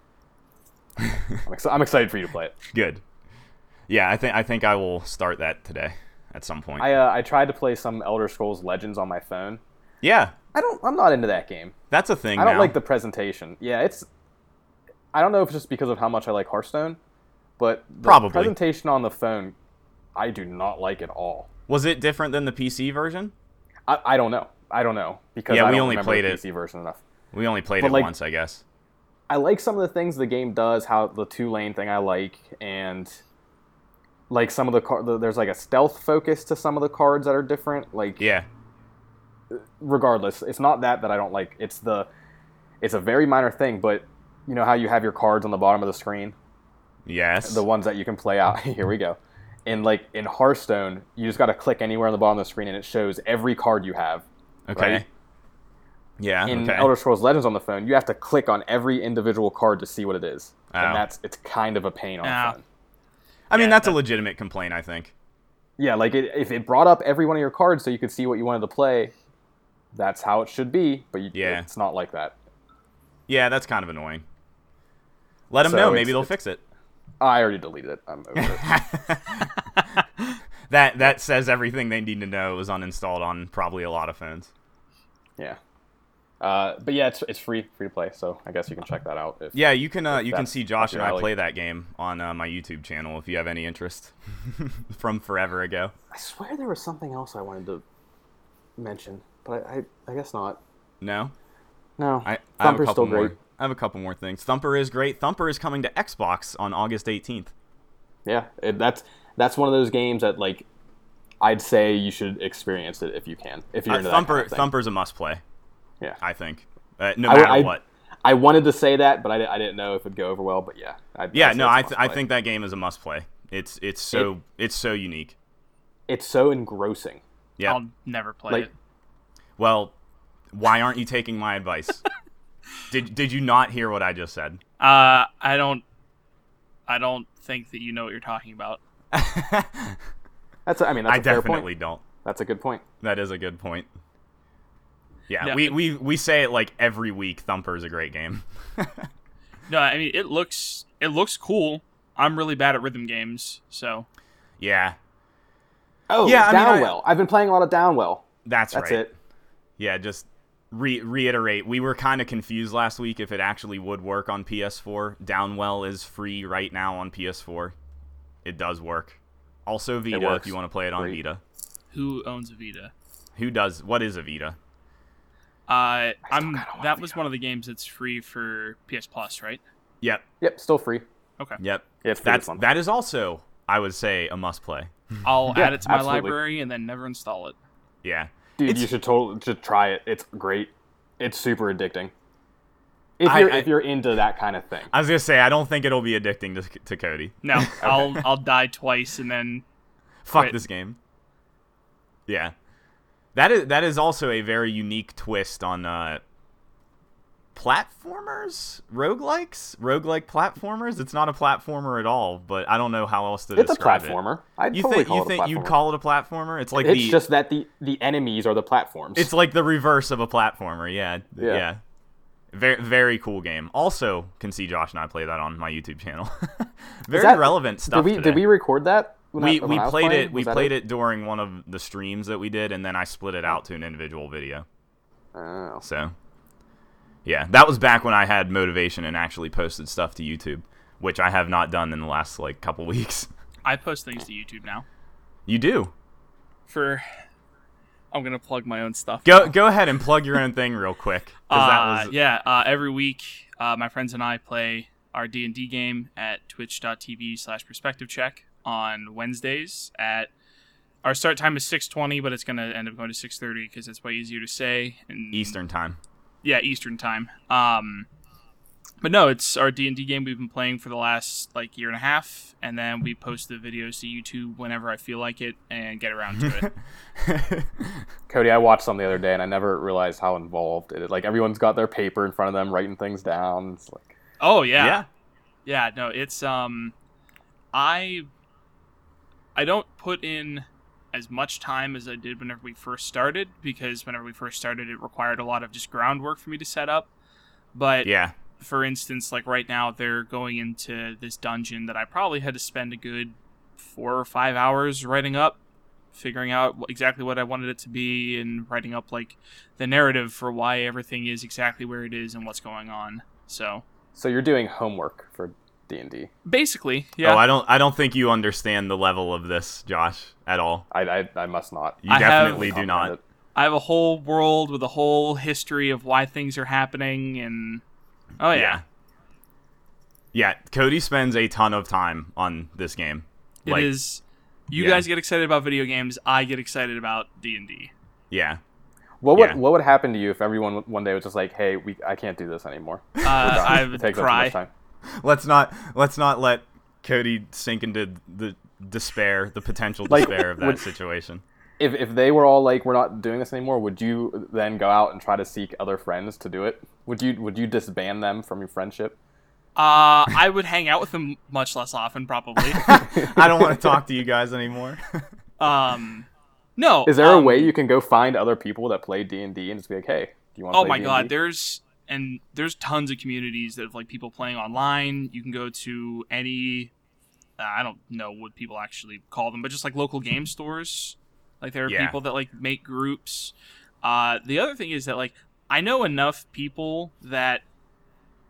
S1: I'm, exci- I'm excited for you to play it.
S2: Good. Yeah, I think I think I will start that today at some point.
S1: I uh, I tried to play some Elder Scrolls Legends on my phone.
S2: yeah,
S1: I don't. I'm not into that game.
S2: that's a thing.
S1: I don't
S2: now.
S1: like the presentation. Yeah, it's. I don't know if it's just because of how much I like Hearthstone, but the
S2: Probably.
S1: presentation on the phone, I do not like at all.
S2: Was it different than the PC version?
S1: I, I don't know. I don't know because
S2: Yeah,
S1: I
S2: we
S1: don't
S2: only
S1: remember
S2: played
S1: the
S2: it.
S1: PC version enough.
S2: We only played
S1: But,
S2: it
S1: like-
S2: once, I guess.
S1: I like some of the things the game does, how the two lane thing I like, and like some of the, car- the there's like a stealth focus to some of the cards that are different. Like
S2: Yeah.
S1: regardless, it's not that that I don't like. It's the it's a very minor thing, but you know how you have your cards on the bottom of the screen,
S2: Yes.
S1: the ones that you can play out. Here we go. And like in Hearthstone, you just got to click anywhere on the bottom of the screen, and it shows every card you have.
S2: okay.
S1: right?
S2: Yeah.
S1: in
S2: okay.
S1: Elder Scrolls Legends on the phone, you have to click on every individual card to see what it is,
S2: Oh.
S1: and that's it's kind of a pain on
S3: Ah.
S1: the phone.
S2: I mean,
S3: Yeah,
S2: that's a
S3: that-
S2: legitimate complaint, I think.
S1: Yeah, like it, if it brought up every one of your cards so you could see what you wanted to play, that's how it should be. But you,
S2: Yeah.
S1: it's not like that.
S2: Yeah, that's kind of annoying. Let them
S1: So
S2: know.
S1: it's-
S2: Maybe they'll fix it.
S1: I already deleted it. I'm over it.
S2: That that says everything they need to know. It was uninstalled on probably a lot of phones.
S1: Yeah. Uh, but yeah, it's, it's free free to play, so I guess you can check that out. If,
S2: Yeah, you can uh, you can
S1: that's
S2: see
S1: up
S2: Josh and
S1: your
S2: I
S1: alley.
S2: play that game on uh, my YouTube channel if you have any interest from forever ago.
S1: I swear there was something else I wanted to mention, but I I, I guess not.
S2: No,
S1: No,
S2: I, I have
S1: Thumper's
S2: a
S1: still
S2: couple more.
S1: great.
S2: I have a couple more things. Thumper is great. Thumper is coming to Xbox on August 18th.
S1: Yeah, it, that's that's one of those games that like I'd say you should experience it if you can. If you're
S2: Uh,
S1: into
S2: Thumper
S1: that kind of thing.
S2: Thumper's a must play.
S1: Yeah.
S2: I think uh, no
S1: I-
S2: matter
S1: I-
S2: what.
S1: I wanted to say that, but I, di- I didn't know if it'd go over well. But yeah, I,
S2: Yeah, no, I th- I think that game is a must play. It's it's so it's so unique.
S1: it's so engrossing.
S2: Yeah.
S3: I'll never play
S1: Like-
S3: it.
S2: Well, why aren't you taking my advice? did did you not hear what I just said?
S3: Uh, I don't. I don't think that you know what you're talking about.
S1: That's a- I mean that's
S2: I
S1: a fair
S2: definitely
S1: point.
S2: don't.
S1: That's a good point.
S2: That is a good point. Yeah,
S3: No.
S2: we, we we say it like every week. Thumper is a great game.
S3: No, I mean it looks it looks cool. I'm really bad at rhythm games, so
S2: Yeah,
S1: Oh
S2: Yeah, I mean, I-
S1: Downwell. I, have been playing a lot of Downwell.
S2: that's,
S1: That's
S2: right.
S1: it.
S2: Yeah, just re- reiterate, we were kind of confused last week if it actually would work on PS4. Downwell is free right now on PS4. It does work. Also Vita, if
S1: works.
S2: you want to play it on
S1: Great.
S2: Vita.
S3: Who owns Vita?
S2: Who does? What is a Vita?
S3: Uh, I'm
S1: kinda want
S3: that was
S1: Vita.
S3: one of the games that's free for PS Plus, right?
S2: Yep,
S1: Yep, still free.
S2: yep.
S1: Yeah, it's free
S2: That's
S1: this month.
S2: that is also, I would say, a must play.
S3: I'll
S1: Yeah,
S3: add it to my
S1: absolutely.
S3: library and then never install it.
S2: Yeah,
S1: Dude,
S2: it's-
S1: you should totally just try it. It's great. It's super addicting. If
S2: I-
S1: you're
S2: I-
S1: if you're into that kind of thing,
S2: I was gonna say I don't think it'll be addicting to, to Cody.
S3: No, I'll I'll die twice and then
S2: Fuck
S3: Quit.
S2: this game. Yeah, that is that is also a very unique twist on uh, platformers, roguelikes, roguelike platformers. It's not a platformer at all, but I don't know how else to
S1: it's a
S2: describe
S1: platformer.
S2: It.
S1: I'd
S2: You
S1: totally
S2: think
S1: call
S2: you
S1: it
S2: think
S1: a
S2: you'd
S1: platformer.
S2: call it a platformer? It's like
S1: it's
S2: the
S1: just that the the enemies are the platforms.
S2: it's like the reverse of a platformer. Yeah, yeah.
S1: Yeah.
S2: Very, very cool game. Also, can see Josh and I play that on my YouTube channel. very
S1: Is that-
S2: relevant stuff.
S1: Did we
S2: today
S1: did we record that? when I-
S2: we
S1: when
S2: we
S1: I was
S2: played
S1: playing?
S2: it we
S1: Was that
S2: played it? during one of the streams that we did and then i split it out to an individual video
S1: Oh.
S2: so yeah that was back when i had motivation and actually posted stuff to youtube which i have not done in the last like couple weeks
S3: I post things to YouTube now.
S2: you do
S3: For I'm gonna plug my own stuff.
S2: go go ahead and plug your own thing real quick 'cause
S3: Uh,
S2: that was
S3: yeah, uh, every week uh, my friends and I play our D&D game at twitch.tv slash perspective check on Wednesdays at our start time is 6.20 but it's going to end up going to 6.30 because it's way easier to say and
S2: eastern time
S3: yeah eastern time um but no it's our d&d game we've been playing for the last like year and a half and then we post the videos to youtube whenever i feel like it and get around to it
S1: Cody, I watched some the other day and I never realized how involved it is. Like everyone's got their paper in front of them, writing things down. It's like
S3: oh yeah
S2: yeah
S3: yeah no it's um i i don't put in as much time as i did whenever we first started because whenever we first started it required a lot of just groundwork for me to set up but
S2: yeah
S3: for instance, like right now, they're going into this dungeon that I probably had to spend a good four or five hours writing up, figuring out wh- exactly what I wanted it to be, and writing up like the narrative for why everything is exactly where it is and what's going on. So
S1: so you're doing homework for D and D.
S3: basically, yeah,
S2: oh i don't i don't think you understand the level of this josh at all
S1: I I I must not.
S2: you
S3: I have-
S2: definitely do not
S1: comprehend
S3: I have a whole world with a whole history of why things are happening, and oh yeah,
S2: yeah. Yeah, Cody spends a ton of time on this game.
S3: it is.
S2: like,
S3: You
S2: yeah.
S3: guys get excited about video games. I get excited about D and D.
S2: Yeah.
S1: it. What would
S2: Yeah.
S1: what would happen to you if everyone w- one day was just like, hey, we I can't do this anymore. We're done.
S3: Uh, I
S1: It
S3: would
S1: takes up too
S3: cry.
S1: much time.
S2: Let's not let's not let Cody sink into the despair, the potential
S1: Like,
S2: despair of that
S1: would-
S2: situation.
S1: If if they were all like, we're not doing this anymore, would you then go out and try to seek other friends to do it? Would you would you disband them from your friendship?
S3: Uh, I would hang out with them much less often, probably.
S2: I don't want to talk to you guys anymore.
S3: Um, no.
S1: Is there a
S3: um,
S1: way you can go find other people that play D and D and just be like, hey, do you want? to
S3: Oh my god, there's and there's tons of communities that have like people playing online. You can go to any, uh, I don't know what people actually call them, but just like local game stores. Like there are
S2: Yeah.
S3: people that like make groups. Uh, the other thing is that like I know enough people that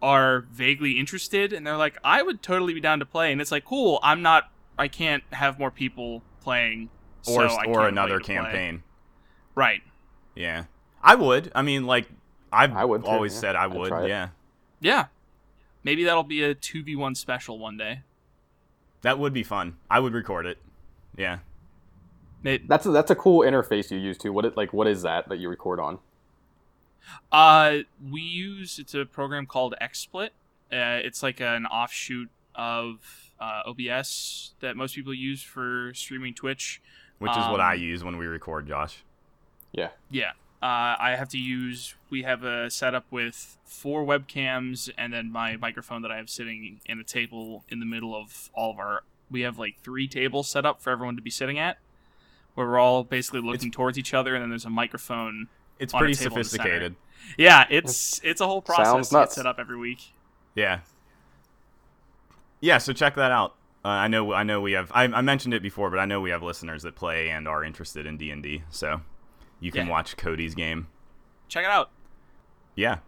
S3: are vaguely interested, and they're like, I would totally be down to play, and it's like, cool. I'm not. I can't have more people playing.
S2: or
S3: so I can't
S2: or
S3: allow
S2: another
S3: you to play.
S2: campaign.
S3: right?
S2: Yeah. I would. I mean like I've
S1: I would too,
S2: always
S1: yeah.
S2: said I
S1: I'd
S2: would.
S1: try it.
S2: Yeah.
S3: Yeah. Maybe that'll be a 2v1 special one day.
S2: That would be fun. I would record it. Yeah.
S3: May-
S1: That's a, that's a cool interface you use too. What it like? What is that that you record on?
S3: Uh, we use it's a program called XSplit. Uh, it's like an offshoot of uh, OBS that most people use for streaming Twitch.
S2: Which is what I
S3: Um,
S2: use when we record, Josh.
S3: Yeah. Uh, I have to use. We have a setup with four webcams and then my microphone that I have sitting in a table in the middle of all of our. We have like three tables set up for everyone to be sitting at, where we're all basically looking towards each other, and then there's a microphone
S2: It's
S3: on a
S2: pretty
S3: table in the center.
S2: sophisticated.
S3: Yeah, it's it's a whole process
S1: Sounds
S3: to get
S1: nuts.
S3: set up every week.
S2: Yeah. Yeah, so check that out. Uh, I know I know we have I, I mentioned it before, but I know we have listeners that play and are interested in D&D, so you can
S3: Yeah.
S2: watch Cody's game.
S3: Check it out.
S2: Yeah.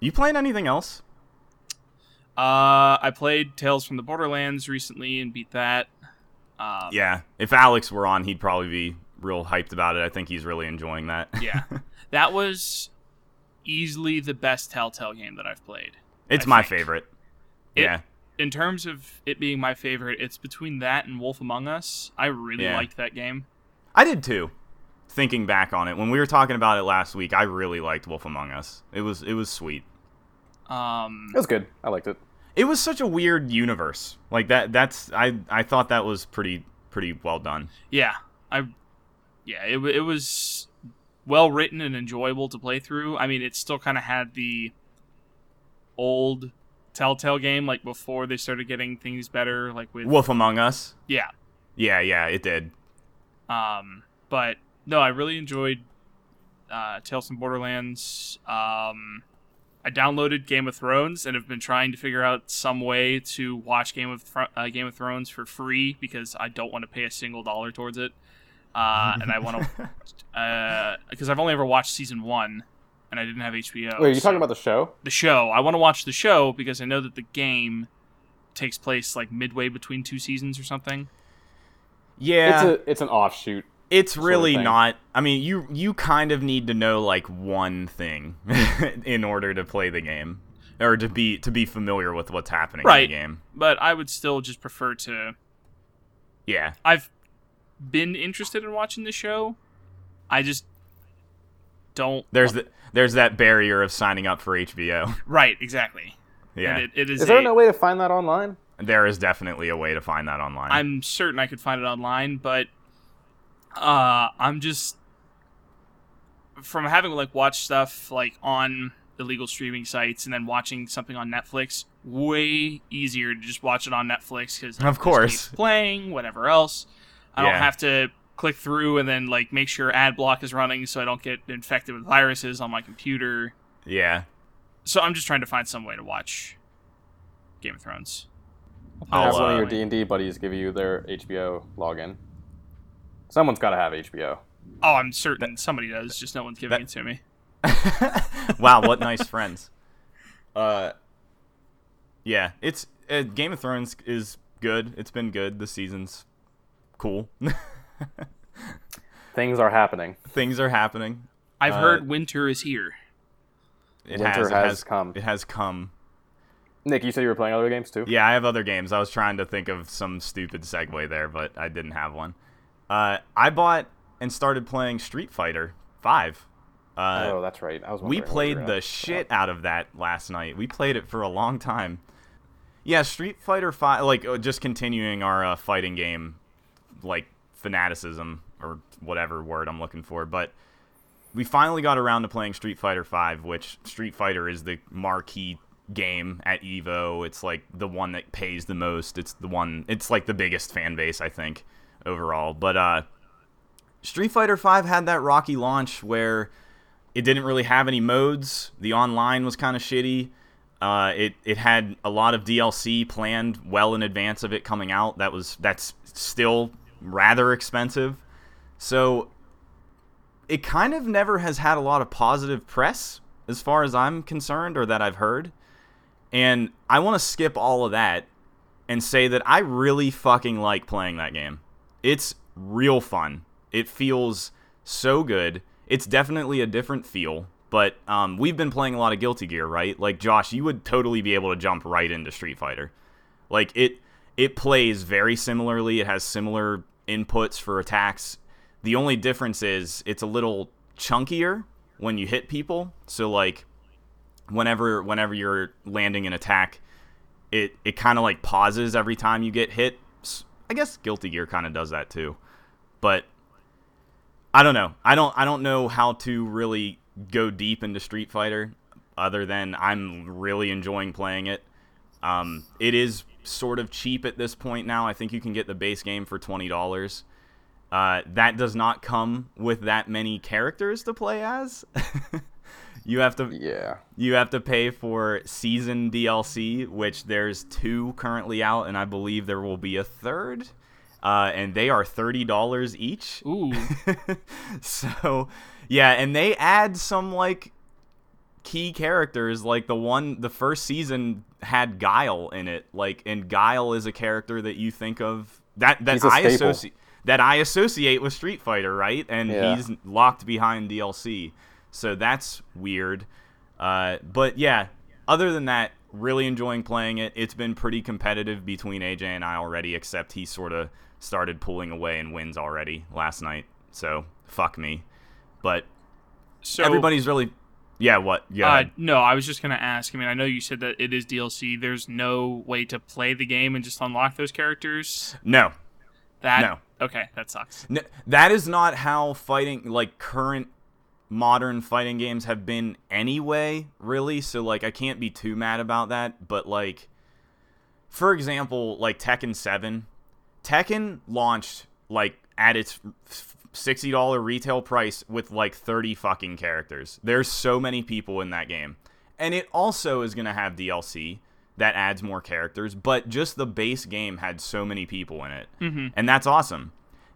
S2: You playing anything else?
S3: Uh, I played Tales from the Borderlands recently and beat that. Um,
S2: Yeah. If Alex were on, he'd probably be real hyped about it. I think he's really enjoying that.
S3: yeah. That was easily the best Telltale game that I've played.
S2: it's
S3: I
S2: my
S3: think.
S2: favorite.
S3: It-
S2: yeah.
S3: In terms of it being my favorite, it's between that and Wolf Among Us. I really
S2: Yeah.
S3: liked that game.
S2: I did too. Thinking back on it, when we were talking about it last week, I really liked Wolf Among Us. It was it was sweet.
S3: Um,
S1: It was good. I liked it.
S2: It was such a weird universe. Like that that's I I thought that was pretty pretty well done.
S3: yeah, I, yeah, it wa- it was well written and enjoyable to play through. I mean, it still kind of had the old Telltale game, like before they started getting things better, like with
S2: Wolf Among Us.
S3: yeah,
S2: Yeah, yeah, it did.
S3: Um, but no, I really enjoyed uh, Tales from Borderlands. Um, I downloaded Game of Thrones and have been trying to figure out some way to watch Game of Thro- uh, Game of Thrones for free because I don't want to pay a single dollar towards it. Uh, and I want to because I've only ever watched season one, and I didn't have HBO.
S1: Wait, are you
S3: Oh, so-
S1: talking about the show?
S3: the show? I want to watch the show because I know that the game takes place like midway between two seasons or something.
S1: It's
S2: Yeah.
S1: a it's an offshoot.
S2: It's
S1: of
S2: really
S1: thing.
S2: not. I mean, you you kind of need to know like one thing in order to play the game or to be to be familiar with what's happening
S3: Right.
S2: in the game.
S3: But I would still just prefer to
S2: Yeah.
S3: I've been interested in watching the show. I just don't.
S2: There's the, there's that barrier of signing up for HBO.
S3: right, exactly.
S2: yeah.
S3: And it, it is.
S1: Is, there
S3: a-
S1: no way to find that online?
S2: there is definitely a way to find that online.
S3: I'm certain I could find it online, but uh, I'm just from having like watched stuff like on illegal streaming sites and then watching something on Netflix. Way easier to just watch it on Netflix because
S2: Of course.
S3: playing whatever else. I
S2: Yeah.
S3: don't have to click through and then like make sure ad block is running so I don't get infected with viruses on my computer.
S2: yeah.
S3: So I'm just trying to find some way to watch Game of Thrones.
S2: I'll,
S1: Have one of
S2: uh,
S1: your D and D buddies give you their HBO login. Someone's got to have HBO.
S3: Oh, I'm certain somebody does, just no one's giving
S2: that-
S3: it to me.
S2: wow, what nice friends. Uh, yeah, it's uh, Game of Thrones is good. It's been good. The season's cool.
S1: Things are happening.
S2: Things are happening.
S3: I've
S2: Uh,
S3: heard winter is here.
S2: It
S1: Winter
S2: has, it
S1: has
S2: has
S1: come.
S2: It has come.
S1: Nick, you said you were playing other games too.
S2: Yeah, I have other games. I was trying to think of some stupid segue there, but I didn't have one. Uh, I bought and started playing Street Fighter Five. Uh,
S1: oh, that's right. I was.
S2: we
S1: wondering when were
S2: played the
S1: gonna-
S2: shit out of that last night. We played it for a long time. Yeah, Street Fighter Five, like uh, just continuing our uh, fighting game, like fanaticism or whatever word I'm looking for. But we finally got around to playing Street Fighter Five, which Street Fighter is the marquee game at Evo. It's like the one that pays the most. It's the one. It's like the biggest fan base, I think, overall. But uh, Street Fighter Five had that rocky launch where it didn't really have any modes. The online was kind of shitty. Uh, it it had a lot of DLC planned well in advance of it coming out. That was that's still rather expensive. So it kind of never has had a lot of positive press as far as I'm concerned or that I've heard. And I want to skip all of that and say that I really fucking like playing that game. It's real fun. It feels so good. It's definitely a different feel, but um, we've been playing a lot of Guilty Gear, right? Like Josh, you would totally be able to jump right into Street Fighter. Like it, it plays very similarly. It has similar inputs for attacks. The only difference is it's a little chunkier when you hit people. So like, whenever whenever you're landing an attack, it it kind of like pauses every time you get hit. S- I guess Guilty Gear kind of does that too, but I don't know. I don't I don't know how to really go deep into Street Fighter, other than I'm really enjoying playing it. Um, it is sort of cheap at this point now. I think you can get the base game for twenty dollars. Uh, that does not come with that many characters to play as. you have to
S1: Yeah.
S2: you have to pay for season DLC, which there's two currently out, and I believe there will be a third. Uh, and they are thirty dollars each.
S3: Ooh,
S2: so, yeah, and they add some like key characters like the one the first season had Guile in it like and Guile is a character that you think of that that
S1: He's a
S2: I
S1: staple.
S2: associate that I associate with Street Fighter right and
S1: Yeah.
S2: he's locked behind DLC so that's weird uh, but yeah other than that really enjoying playing it it's been pretty competitive between AJ and I already except he sort of started pulling away and wins already last night so fuck me but
S3: So
S2: everybody's really yeah what yeah
S3: Uh, no, I was just gonna ask. I mean, I know you said that it is DLC. There's no way to play the game and just unlock those characters.
S2: no
S3: That
S2: No.
S3: okay, that sucks.
S2: N that is not how fighting like current modern fighting games have been anyway really so like i can't be too mad about that but like for example like tekken 7 tekken launched like at its f- $60 retail price with like 30 fucking characters there's so many people in that game and it also is going to have dlc that adds more characters but just the base game had so many people in it mm-hmm. and that's awesome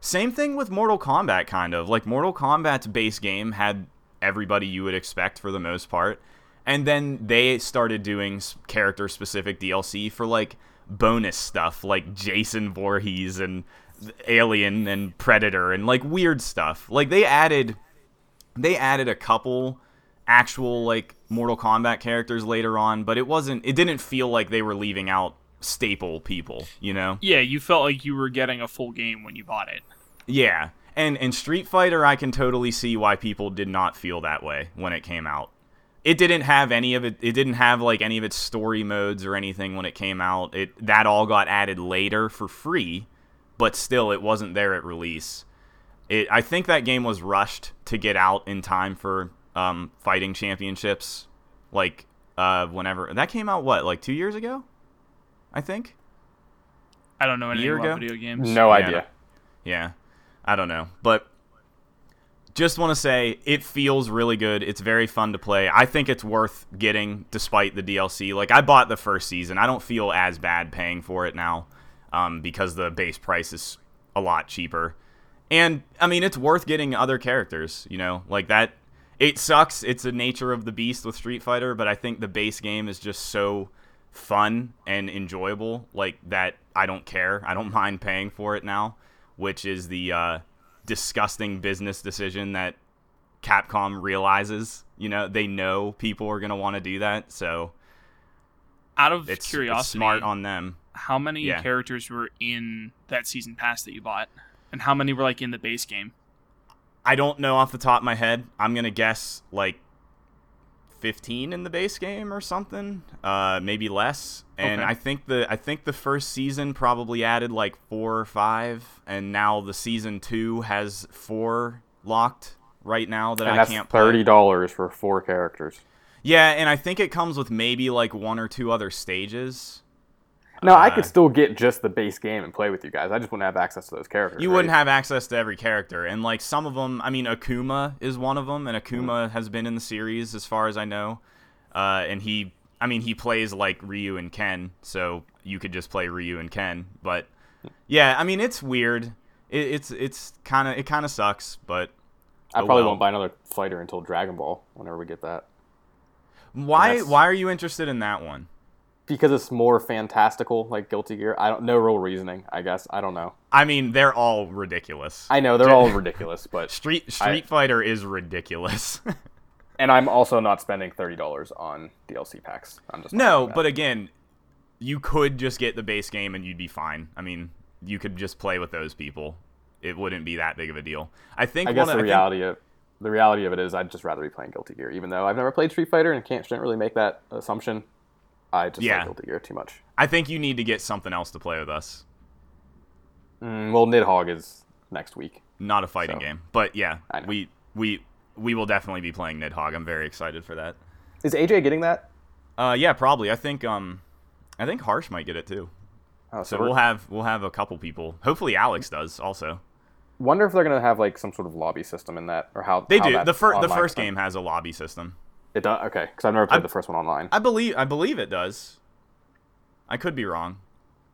S2: same thing with Mortal Kombat, kind of. Like, Mortal Kombat's base game had everybody you would expect for the most part. And then they started doing character specific DLC for, like, bonus stuff, like Jason Voorhees and Alien and Predator and, like, weird stuff. Like, they added. They added a couple actual like Mortal Kombat characters later on, but it wasn't it didn't feel like they were leaving out staple people, you know?
S3: Yeah, you felt like you were getting a full game when you bought it.
S2: Yeah. And and Street Fighter I can totally see why people did not feel that way when it came out. It didn't have any of it it didn't have like any of its story modes or anything when it came out. It that all got added later for free, but still it wasn't there at release. It I think that game was rushed to get out in time for um fighting championships like uh whenever that came out what like 2 years ago? I think.
S3: I don't know anything
S2: Year
S3: about
S2: ago?
S3: video games.
S1: No
S2: Yeah.
S1: idea.
S2: Yeah. I don't know. But just want to say it feels really good. It's very fun to play. I think it's worth getting despite the DLC. Like I bought the first season. I don't feel as bad paying for it now um, because the base price is a lot cheaper. And I mean, it's worth getting other characters, you know? Like that it sucks. It's the nature of the beast with Street Fighter, but I think the base game is just so fun and enjoyable like that I don't care. I don't mind paying for it now, which is the uh, disgusting business decision that Capcom realizes. You know, they know people are going to want to do that, so
S3: Out of
S2: it's,
S3: curiosity,
S2: it's smart on them.
S3: how many
S2: yeah.
S3: characters were in that season pass that you bought, and how many were like in the base game?
S2: I don't know off the top of my head. I'm gonna guess like 15 in the base game or something, uh, maybe less. And
S3: Okay.
S2: I think the I think the first season probably added like four or five, and now the season two has four locked right now that
S1: And
S2: I
S1: that's
S2: can't play.
S1: thirty dollars for four characters.
S2: Yeah, and I think it comes with maybe like one or two other stages.
S1: No, I
S2: Uh,
S1: could still get just the base game and play with you guys. I just wouldn't have access to those characters.
S2: You
S1: right?
S2: wouldn't have access to every character, and like some of them, I mean, Akuma is one of them, and Akuma
S1: Mm-hmm.
S2: has been in the series as far as I know. Uh, and he, I mean, he plays like Ryu and Ken, so you could just play Ryu and Ken. But yeah, I mean, it's weird. It, it's it's kind of it kind of sucks, but
S1: I
S2: oh,
S1: probably
S2: well.
S1: won't buy another fighter until Dragon Ball whenever we get that.
S2: why
S1: That's-
S2: why are you interested in that one?
S1: Because it's more fantastical, like Guilty Gear. I don't no real reasoning. I guess I don't know.
S2: I mean, they're all ridiculous.
S1: I know they're all ridiculous, but
S2: Street Street Fighter is ridiculous.
S1: and I'm also not spending thirty dollars on DLC packs. I'm just not
S2: No,
S1: doing that.
S2: but again, you could just get the base game and you'd be fine. I mean, you could just play with those people. It wouldn't be that big of a deal. I think
S1: I guess
S2: one
S1: the
S2: of, I think-
S1: reality of the reality of it is I'd just rather be playing Guilty Gear, even though I've never played Street Fighter and can't shouldn't really make that assumption. I just
S2: Yeah.
S1: like Guilty Gear too much.
S2: I think you need to get something else to play with us.
S1: Mm, well, Nidhogg is next week.
S2: Not a fighting
S1: So,
S2: game, but yeah,
S1: I know.
S2: we we we will definitely be playing Nidhogg. I'm very excited for that.
S1: Is AJ getting that?
S2: Uh, yeah, probably. I think um, I think Harsh might get it too.
S1: Oh,
S2: So
S1: we're-
S2: we'll have we'll have a couple people. Hopefully, Alex does also.
S1: Wonder if they're gonna have like some sort of lobby system in that, or how
S2: They
S1: how
S2: do.
S1: that
S2: The first the
S1: online-
S2: first game has a lobby system.
S1: It does. Okay, because I've never played the first one online.
S2: I believe I believe it does. I could be wrong.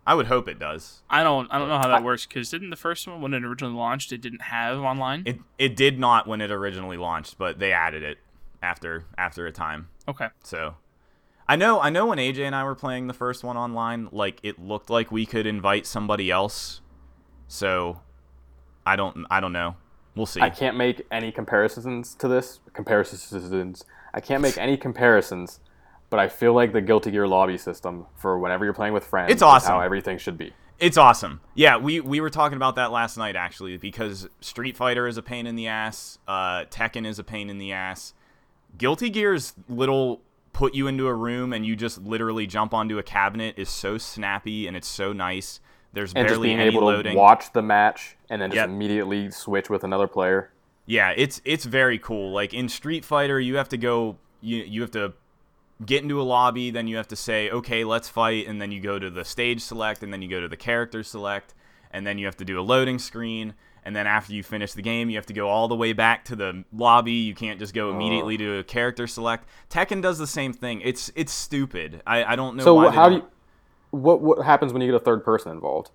S2: I would hope it does.
S3: I don't, I don't know how that works because didn't the first one when it originally launched, it didn't have online.
S2: It it did not when it originally launched, but they added it. after after a time.
S3: Okay.
S2: So I know I know when AJ and I were playing the first one online, like it looked like we could invite somebody else. So I don't I don't know. We'll see.
S1: I can't make any comparisons to this. Comparisons. I can't make any comparisons, but I feel like the Guilty Gear lobby system for whenever you're playing with friends
S2: It's awesome.
S1: is how everything should be.
S2: It's awesome. Yeah, we we were talking about that last night actually because Street Fighter is a pain in the ass, uh, Tekken is a pain in the ass. Guilty Gear's little put you into a room and you just literally jump onto a cabinet is so snappy and it's so nice. There's
S1: And just
S2: barely
S1: being
S2: any
S1: able
S2: loading.
S1: to watch the match and then just
S2: Yep.
S1: immediately switch with another player.
S2: Yeah, it's it's very cool. Like in Street Fighter, you have to go you you have to get into a lobby, then you have to say, "Okay, let's fight," and then you go to the stage select and then you go to the character select, and then you have to do a loading screen, and then after you finish the game, you have to go all the way back to the lobby. You can't just
S1: Oh.
S2: go immediately to a character select. Tekken does the same thing. It's it's stupid. I, I don't know
S1: So
S2: why
S1: wh-
S2: they
S1: how do
S2: don't-
S1: you, what what happens when you get a third person involved?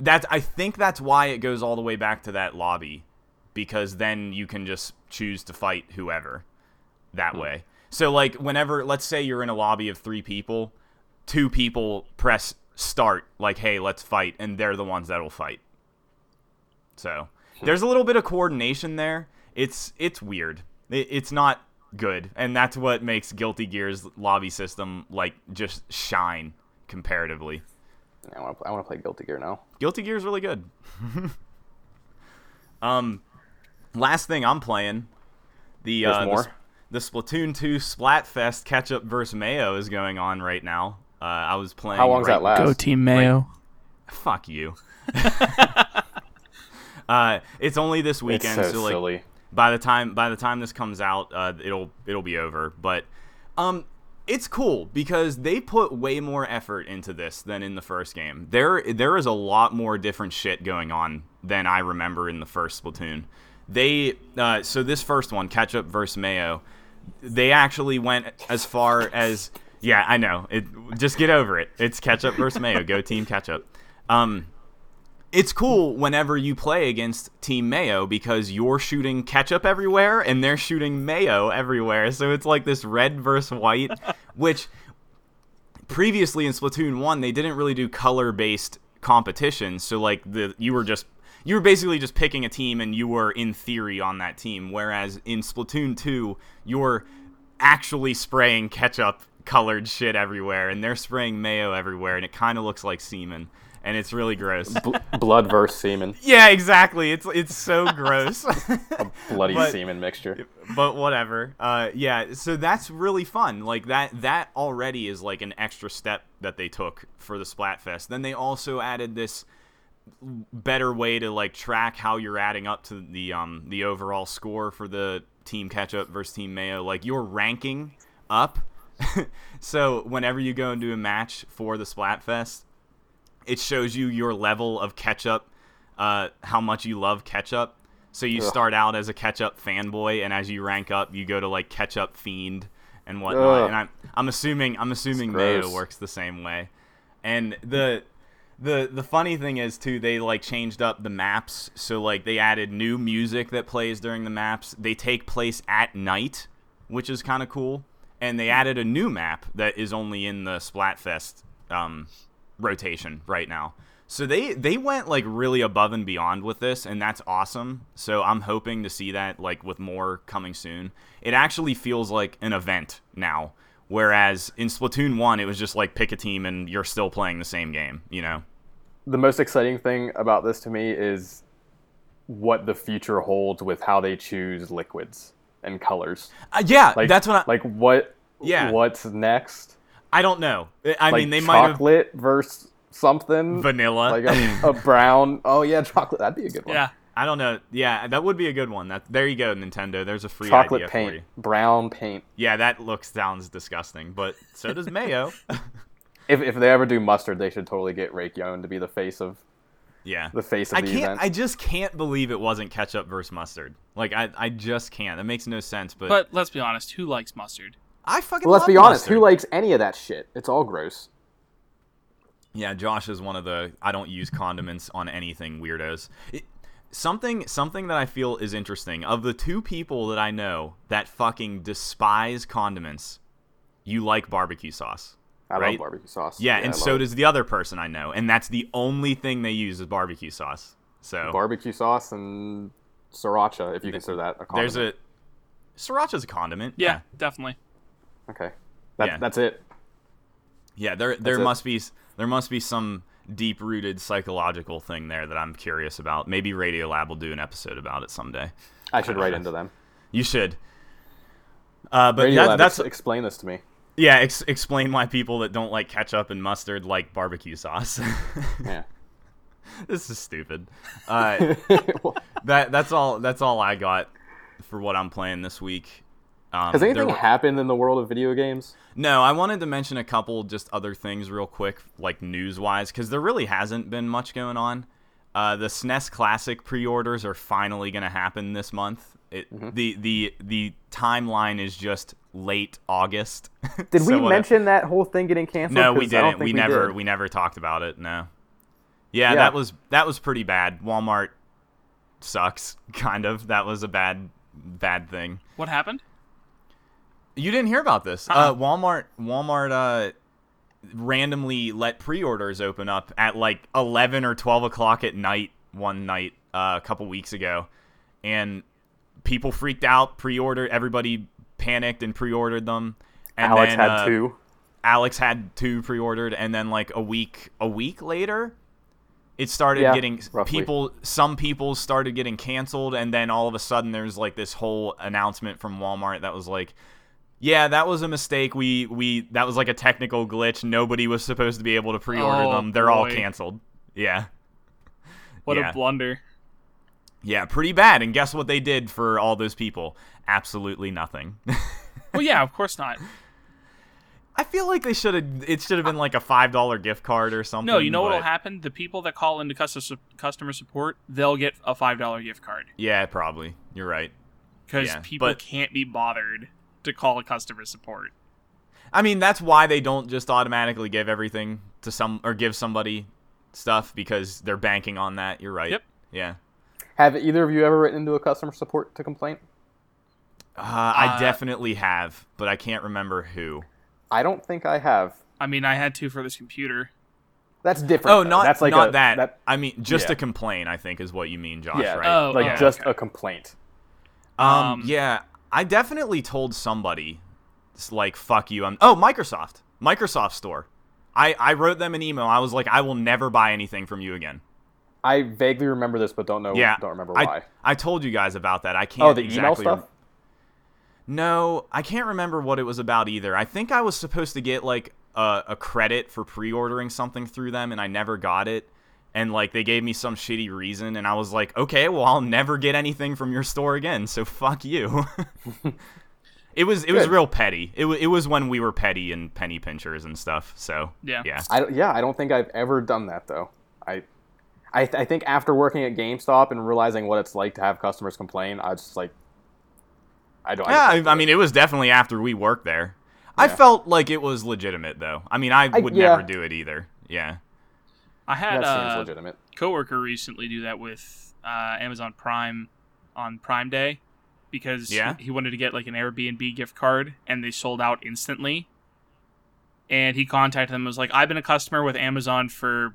S2: That's I think that's why it goes all the way back to that lobby, because then you can just choose to fight whoever that way. So like whenever let's say you're in a lobby of three people, two people press start like hey let's fight and they're the ones that'll fight. So there's a little bit of coordination there. It's it's weird. It, it's not good, and that's what makes Guilty Gear's lobby system like just shine comparatively.
S1: I want to I want to play Guilty Gear now.
S2: Guilty Gear is really good. um, last thing I'm playing, the
S1: There's
S2: uh,
S1: more?
S2: The, Sp- the Splatoon 2 Splatfest Ketchup versus Mayo is going on right now. Uh, I was playing.
S1: How long does
S2: right-
S1: that last?
S3: Go Team Mayo.
S2: Fuck you. uh, it's only this
S1: It's
S2: weekend,
S1: so
S2: so like
S1: silly.
S2: by the time by the time this comes out, uh, it'll it'll be over. But um, it's cool because they put way more effort into this than in the first game. There there is a lot more different shit going on than I remember in the first Splatoon. They uh, so this first one, Ketchup versus Mayo, they actually went as far as yeah, I know. It just get over it. It's Ketchup versus Mayo. Go team Ketchup. Um, it's cool whenever you play against Team Mayo because you're shooting ketchup everywhere and they're shooting mayo everywhere. So it's like this red versus white, which previously in Splatoon 1 they didn't really do color based competitions. So like the you were just you were basically just picking a team and you were in theory on that team whereas in Splatoon 2 you're actually spraying ketchup colored shit everywhere and they're spraying mayo everywhere and it kind of looks like semen and it's really gross.
S1: Bl- blood versus semen,
S2: Yeah, exactly. It's it's so gross.
S1: bloody
S2: But-
S1: semen mixture.
S2: but whatever. Uh, yeah, so that's really fun. Like that that already is like an extra step that they took for the Splatfest. Then they also added this better way to like track how you're adding up to the um the overall score for the team ketchup versus team mayo like you're ranking up so whenever you go into a match for the splatfest it shows you your level of ketchup uh how much you love ketchup so you start out as a ketchup fanboy and as you rank up you go to like ketchup fiend and whatnot
S1: Ugh.
S2: and i'm i'm assuming i'm assuming mayo
S1: gross.
S2: works the same way and the the the funny thing is too, they like changed up the maps. So like they added new music that plays during the maps. They take place at night, which is kind of cool. And they added a new map that is only in the Splatfest um, rotation right now. So they they went like really above and beyond with this, and that's awesome. So I'm hoping to see that like with more coming soon. It actually feels like an event now, whereas in Splatoon one it was just like pick a team and you're still playing the same game, you know.
S1: The most exciting thing about this to me is what the future holds with how they choose liquids and colors.
S2: Uh, yeah,
S1: Like
S2: that's what I,
S1: like what
S2: Yeah.
S1: what's next?
S2: I don't know. I- I
S1: Like
S2: mean, they might have
S1: chocolate versus something
S2: vanilla.
S1: like a, a brown. Oh yeah, chocolate. That'd be a good one.
S3: Yeah.
S2: I don't know. Yeah, that would be a good one. That there you go, Nintendo. There's a free
S1: Chocolate
S2: idea for
S1: paint,
S2: you.
S1: brown paint.
S2: Yeah, that looks sounds disgusting, but so does mayo.
S1: If, if they ever do mustard, they should totally get Rake Yon to be the face of
S2: yeah,
S1: the face of
S2: I
S1: the
S2: can't.
S1: event.
S2: I just can't believe it wasn't ketchup versus mustard. Like I, I just can't. That makes no sense. But,
S3: But let's be honest, who likes mustard?
S2: I fucking.
S1: Well, let's
S2: love
S1: be honest. Who
S2: mustard.
S1: likes any of that shit? It's all gross.
S2: Yeah, Josh is one of the I don't use condiments on anything weirdos. It, something something that I feel is interesting of the two people that I know that fucking despise condiments, you like barbecue sauce.
S1: I love
S2: Right?
S1: barbecue sauce.
S2: Yeah,
S1: I
S2: and so
S1: love it.
S2: does the other person I know, and that's the only thing they use is barbecue sauce. So
S1: barbecue sauce and sriracha, if you consider that a condiment.
S2: there's a sriracha's a condiment.
S3: Yeah, definitely.
S1: Okay. That,
S2: Yeah.
S1: That's it.
S2: Yeah, there there
S1: That's it.
S2: must be there must be some deep rooted psychological thing there that I'm curious about. Maybe Radiolab will do an episode about it someday.
S1: I should write into them.
S2: You should. Uh, but
S1: Radiolab,
S2: that, that's
S1: ex- explain this to me.
S2: yeah. Ex- explain why people that don't like ketchup and mustard like barbecue sauce.
S1: Yeah.
S2: this is stupid. Uh,
S1: Well,
S2: that that's all. That's all I got for what I'm playing this week. Um,
S1: Has
S2: there
S1: anything
S2: were-
S1: happened in the world of video games?
S2: No, I wanted to mention a couple just other things real quick, like news wise, because there really hasn't been much going on. Uh, the SNES Classic pre-orders are finally going to happen this month. It,
S1: Mm-hmm.
S2: The the the timeline is just late August.
S1: Did
S2: So
S1: we
S2: what-
S1: mention that whole thing getting canceled?
S2: No, we
S1: 'Cause I don't
S2: didn't.
S1: think
S2: We, never
S1: did.
S2: we never talked about it. No. Yeah,
S1: Yeah.
S2: that was that was pretty bad. Walmart sucks, kind of. That was a bad bad thing.
S3: What happened?
S2: You didn't hear about this.
S1: Uh-uh.
S2: uh Walmart Walmart uh randomly let pre-orders open up at like 11 or 12 o'clock at night one night uh, a couple weeks ago and people freaked out pre-order everybody panicked and pre-ordered them and
S1: Alex
S2: then,
S1: had
S2: uh,
S1: two.
S2: Alex had two pre-ordered, and then like a week a week later, it started
S1: Yeah,
S2: getting
S1: roughly.
S2: people. Some people started getting canceled, and then all of a sudden there's like this whole announcement from Walmart that was like, "Yeah, that was a mistake. We we that was like a technical glitch. Nobody was supposed to be able to pre-order
S3: Oh,
S2: them. They're all
S3: boy.
S2: canceled." Yeah,
S3: What
S2: Yeah.
S3: a blunder.
S2: yeah, pretty bad. And guess what they did for all those people? Absolutely nothing.
S3: Well, yeah, of course not.
S2: I feel like they should have. It should have been like a five dollar gift card or something.
S3: No, you know
S2: but-
S3: what'll happen? The people that call into customer customer support, they'll get a five dollar gift card
S2: Yeah, probably. You're right.
S3: because
S2: Yeah,
S3: people
S2: but-
S3: can't be bothered to call customer support.
S2: I mean, that's why they don't just automatically give everything to some or give somebody stuff because they're banking on that. You're right.
S3: Yep.
S2: Yeah.
S1: Have either of you ever written into a customer support to complain?
S2: Uh, I
S3: Uh,
S2: definitely have, but I can't remember who.
S1: I don't think I have.
S3: I mean, I had to for this computer.
S1: That's different.
S2: Oh,
S1: though.
S2: not
S1: That's like
S2: not
S1: a-
S2: that. I mean, just
S1: yeah.
S2: a complaint. I think is what you mean, Josh.
S1: yeah,
S2: Right.
S3: Oh,
S1: like
S3: okay,
S1: just
S3: okay.
S1: a complaint.
S2: um,
S3: um,
S2: Yeah. I definitely told somebody, it's like "fuck you." I'm. Oh, Microsoft. Microsoft Store. I I wrote them an email. I was like, I will never buy anything from you again.
S1: I vaguely remember this, but don't know.
S2: Yeah.
S1: don't remember
S2: I,
S1: why.
S2: I told you guys about that. I can't.
S1: oh, the
S2: exactly
S1: email
S2: rem-
S1: stuff.
S2: No, I can't remember what it was about either. I think I was supposed to get like a, a credit for pre-ordering something through them, and I never got it. And like they gave me some shitty reason, and I was like, okay, well I'll never get anything from your store again. So fuck you. it was it was
S1: Good.
S2: real petty. It, wa it was when we were petty and penny pinchers and stuff. So
S3: Yeah.
S2: yeah,
S1: I don't- yeah, I don't think I've ever done that though. I, I, th- I think after working at GameStop and realizing what it's like to have customers complain, I just like, I don't.
S2: yeah.
S1: I, just
S2: I, I mean, it was definitely after we worked there. I
S1: Yeah.
S2: felt like it was legitimate though. I mean, I would
S1: yeah.
S2: never do it either. Yeah.
S3: I had
S1: that seems
S3: uh,
S1: legitimate.
S3: coworker recently do that with uh, Amazon Prime on Prime Day because
S2: Yeah?
S3: he wanted to get like an Airbnb gift card and they sold out instantly. And he contacted them and was like, "I've been a customer with Amazon for,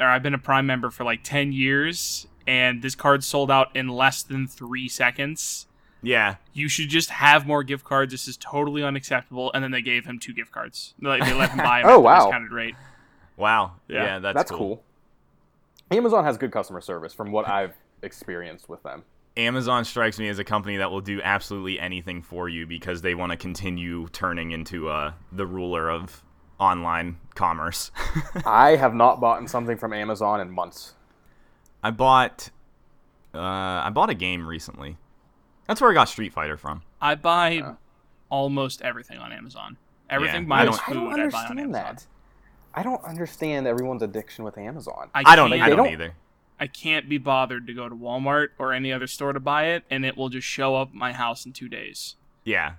S3: or I've been a Prime member for like ten years, and this card sold out in less than three seconds.
S2: Yeah.
S3: You should just have more gift cards. This is totally unacceptable." And then they gave him two gift cards. Like they let him buy them
S1: Oh,
S3: at the
S1: wow.
S3: discounted rate.
S2: Wow. Yeah,
S3: Yeah.
S2: that's,
S1: That's,
S2: cool.
S1: cool. Amazon has good customer service from what I've experienced with them.
S2: Amazon strikes me as a company that will do absolutely anything for you because they want to continue turning into uh, the ruler of online commerce.
S1: I have not bought something from Amazon in months.
S2: I bought uh, I bought a game recently. That's where I got Street Fighter from.
S3: I buy almost everything on Amazon.
S2: Uh.
S3: Everything
S2: I
S3: minus
S2: don't-
S1: I
S3: food
S1: don't
S3: I, buy on Amazon.
S1: understand that. I don't understand everyone's addiction with Amazon.
S2: I don't.
S3: can't-
S2: I
S1: they
S2: don't,
S1: don't-
S2: either.
S3: I can't be bothered to go to Walmart or any other store to buy it, and it will just show up at my house in two days.
S2: Yeah.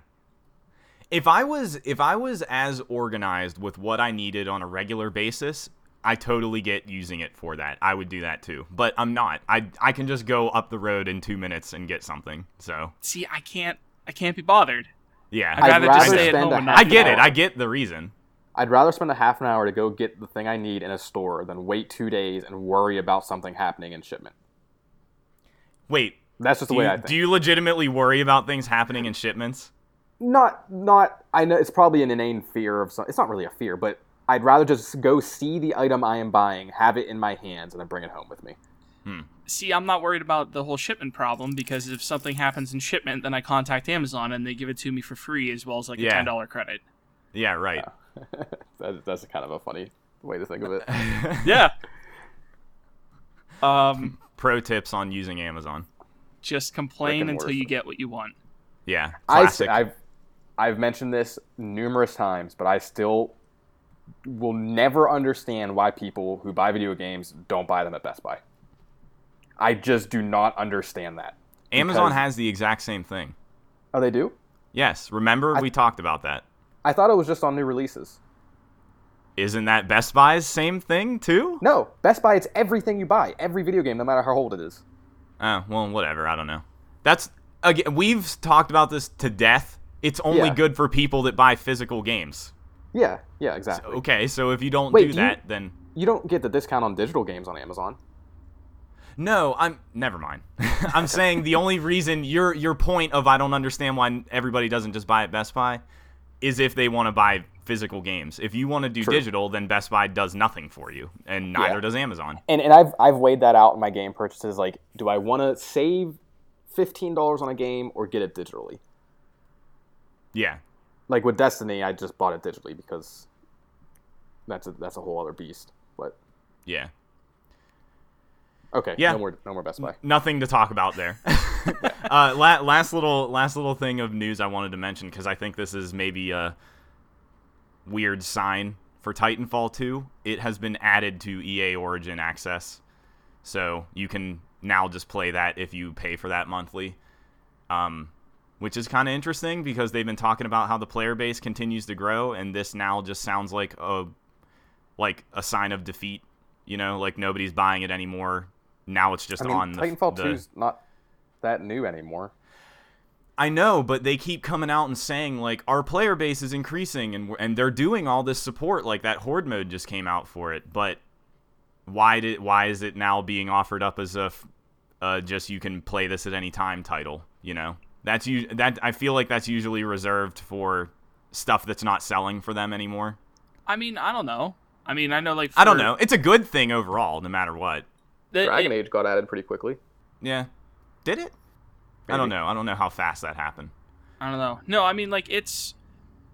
S2: If I was if I was as organized with what I needed on a regular basis, I totally get using it for that. I would do that too, but I'm not. I I can just go up the road in two minutes and get something. So
S3: See, I can't. I can't be bothered.
S2: yeah,
S3: I'd rather just
S2: I
S3: stay at
S2: know.
S1: spend
S3: home
S1: a
S3: and
S1: half
S3: not.
S2: I
S1: an
S2: get it.
S1: hour-
S2: I get the reason.
S1: I'd rather spend a half an hour to go get the thing I need in a store than wait two days and worry about something happening in shipment.
S2: Wait,
S1: That's just the
S2: do
S1: way
S2: you,
S1: I think.
S2: do you legitimately worry about things happening in shipments?
S1: not not I know it's probably an inane fear of some it's not really a fear, but I'd rather just go see the item I am buying, have it in my hands, and then bring it home with me.
S3: See, I'm not worried about the whole shipment problem because if something happens in shipment, then I contact Amazon and they give it to me for free as well as like a
S2: Yeah.
S3: ten dollar credit.
S2: Yeah, right.
S1: That, that's kind of a funny way to think of it.
S3: Yeah. um,
S2: Pro tips on using Amazon.
S3: just complain
S1: Frickin'
S3: until
S1: worth
S3: you
S1: it.
S3: get what you want.
S2: Yeah,
S1: I,
S2: classic.
S1: have I've mentioned this numerous times, but I still will never understand why people who buy video games don't buy them at Best Buy. I just do not understand that.
S2: Amazon
S1: because-
S2: has the exact same thing.
S1: Oh, they do?
S2: Yes, remember we talked about that.
S1: I thought it was just on new releases.
S2: Isn't that Best Buy's same thing too?
S1: No, Best Buy, it's everything you buy, every video game, no matter how old it is.
S2: Oh, well, whatever. I don't know. That's again, we've talked about this to death. It's only
S1: Yeah.
S2: good for people that buy physical games.
S1: Yeah, yeah, exactly.
S2: Okay, so if you don't
S1: Wait,
S2: do
S1: do you-
S2: that, then
S1: you don't get the discount on digital games on Amazon.
S2: no, I'm never mind. I'm saying the only reason your your point of I don't understand why everybody doesn't just buy at Best Buy is if they want to buy physical games. If you want to do
S1: True.
S2: digital, then Best Buy does nothing for you, and neither
S1: Yeah.
S2: does Amazon.
S1: And and I've I've weighed that out in my game purchases. Like, do I want to save fifteen dollars on a game or get it digitally?
S2: Yeah,
S1: Like with Destiny, I just bought it digitally because that's a that's a whole other beast. But
S2: yeah.
S1: okay,
S2: Yeah.
S1: no more no more Best Buy.
S2: nothing to talk about there. uh, la- last little last little thing of news I wanted to mention because I think this is maybe a weird sign for Titanfall 2. It has been added to EA Origin access, so you can now just play that if you pay for that monthly. Um, which is kind of interesting because they've been talking about how the player base continues to grow, and this now just sounds like a like a sign of defeat. You know, like nobody's buying it anymore. Now it's just
S1: I mean,
S2: on the,
S1: Titanfall
S2: the-
S1: Two is not that new anymore.
S2: I know, but they keep coming out and saying like our player base is increasing and we're- and they're doing all this support like that horde mode just came out for it, but why did why is it now being offered up as a f- uh, just you can play this at any time title, you know? That's u- that I feel like that's usually reserved for stuff that's not selling for them anymore.
S3: I mean, I don't know. I mean, I know like
S2: I don't
S3: for-
S2: know. It's a good thing overall no matter what.
S3: the-
S1: Dragon Age got added pretty quickly.
S2: Yeah. Did it? I don't know. I don't know how fast that happened.
S3: I don't know. No, I mean like it's.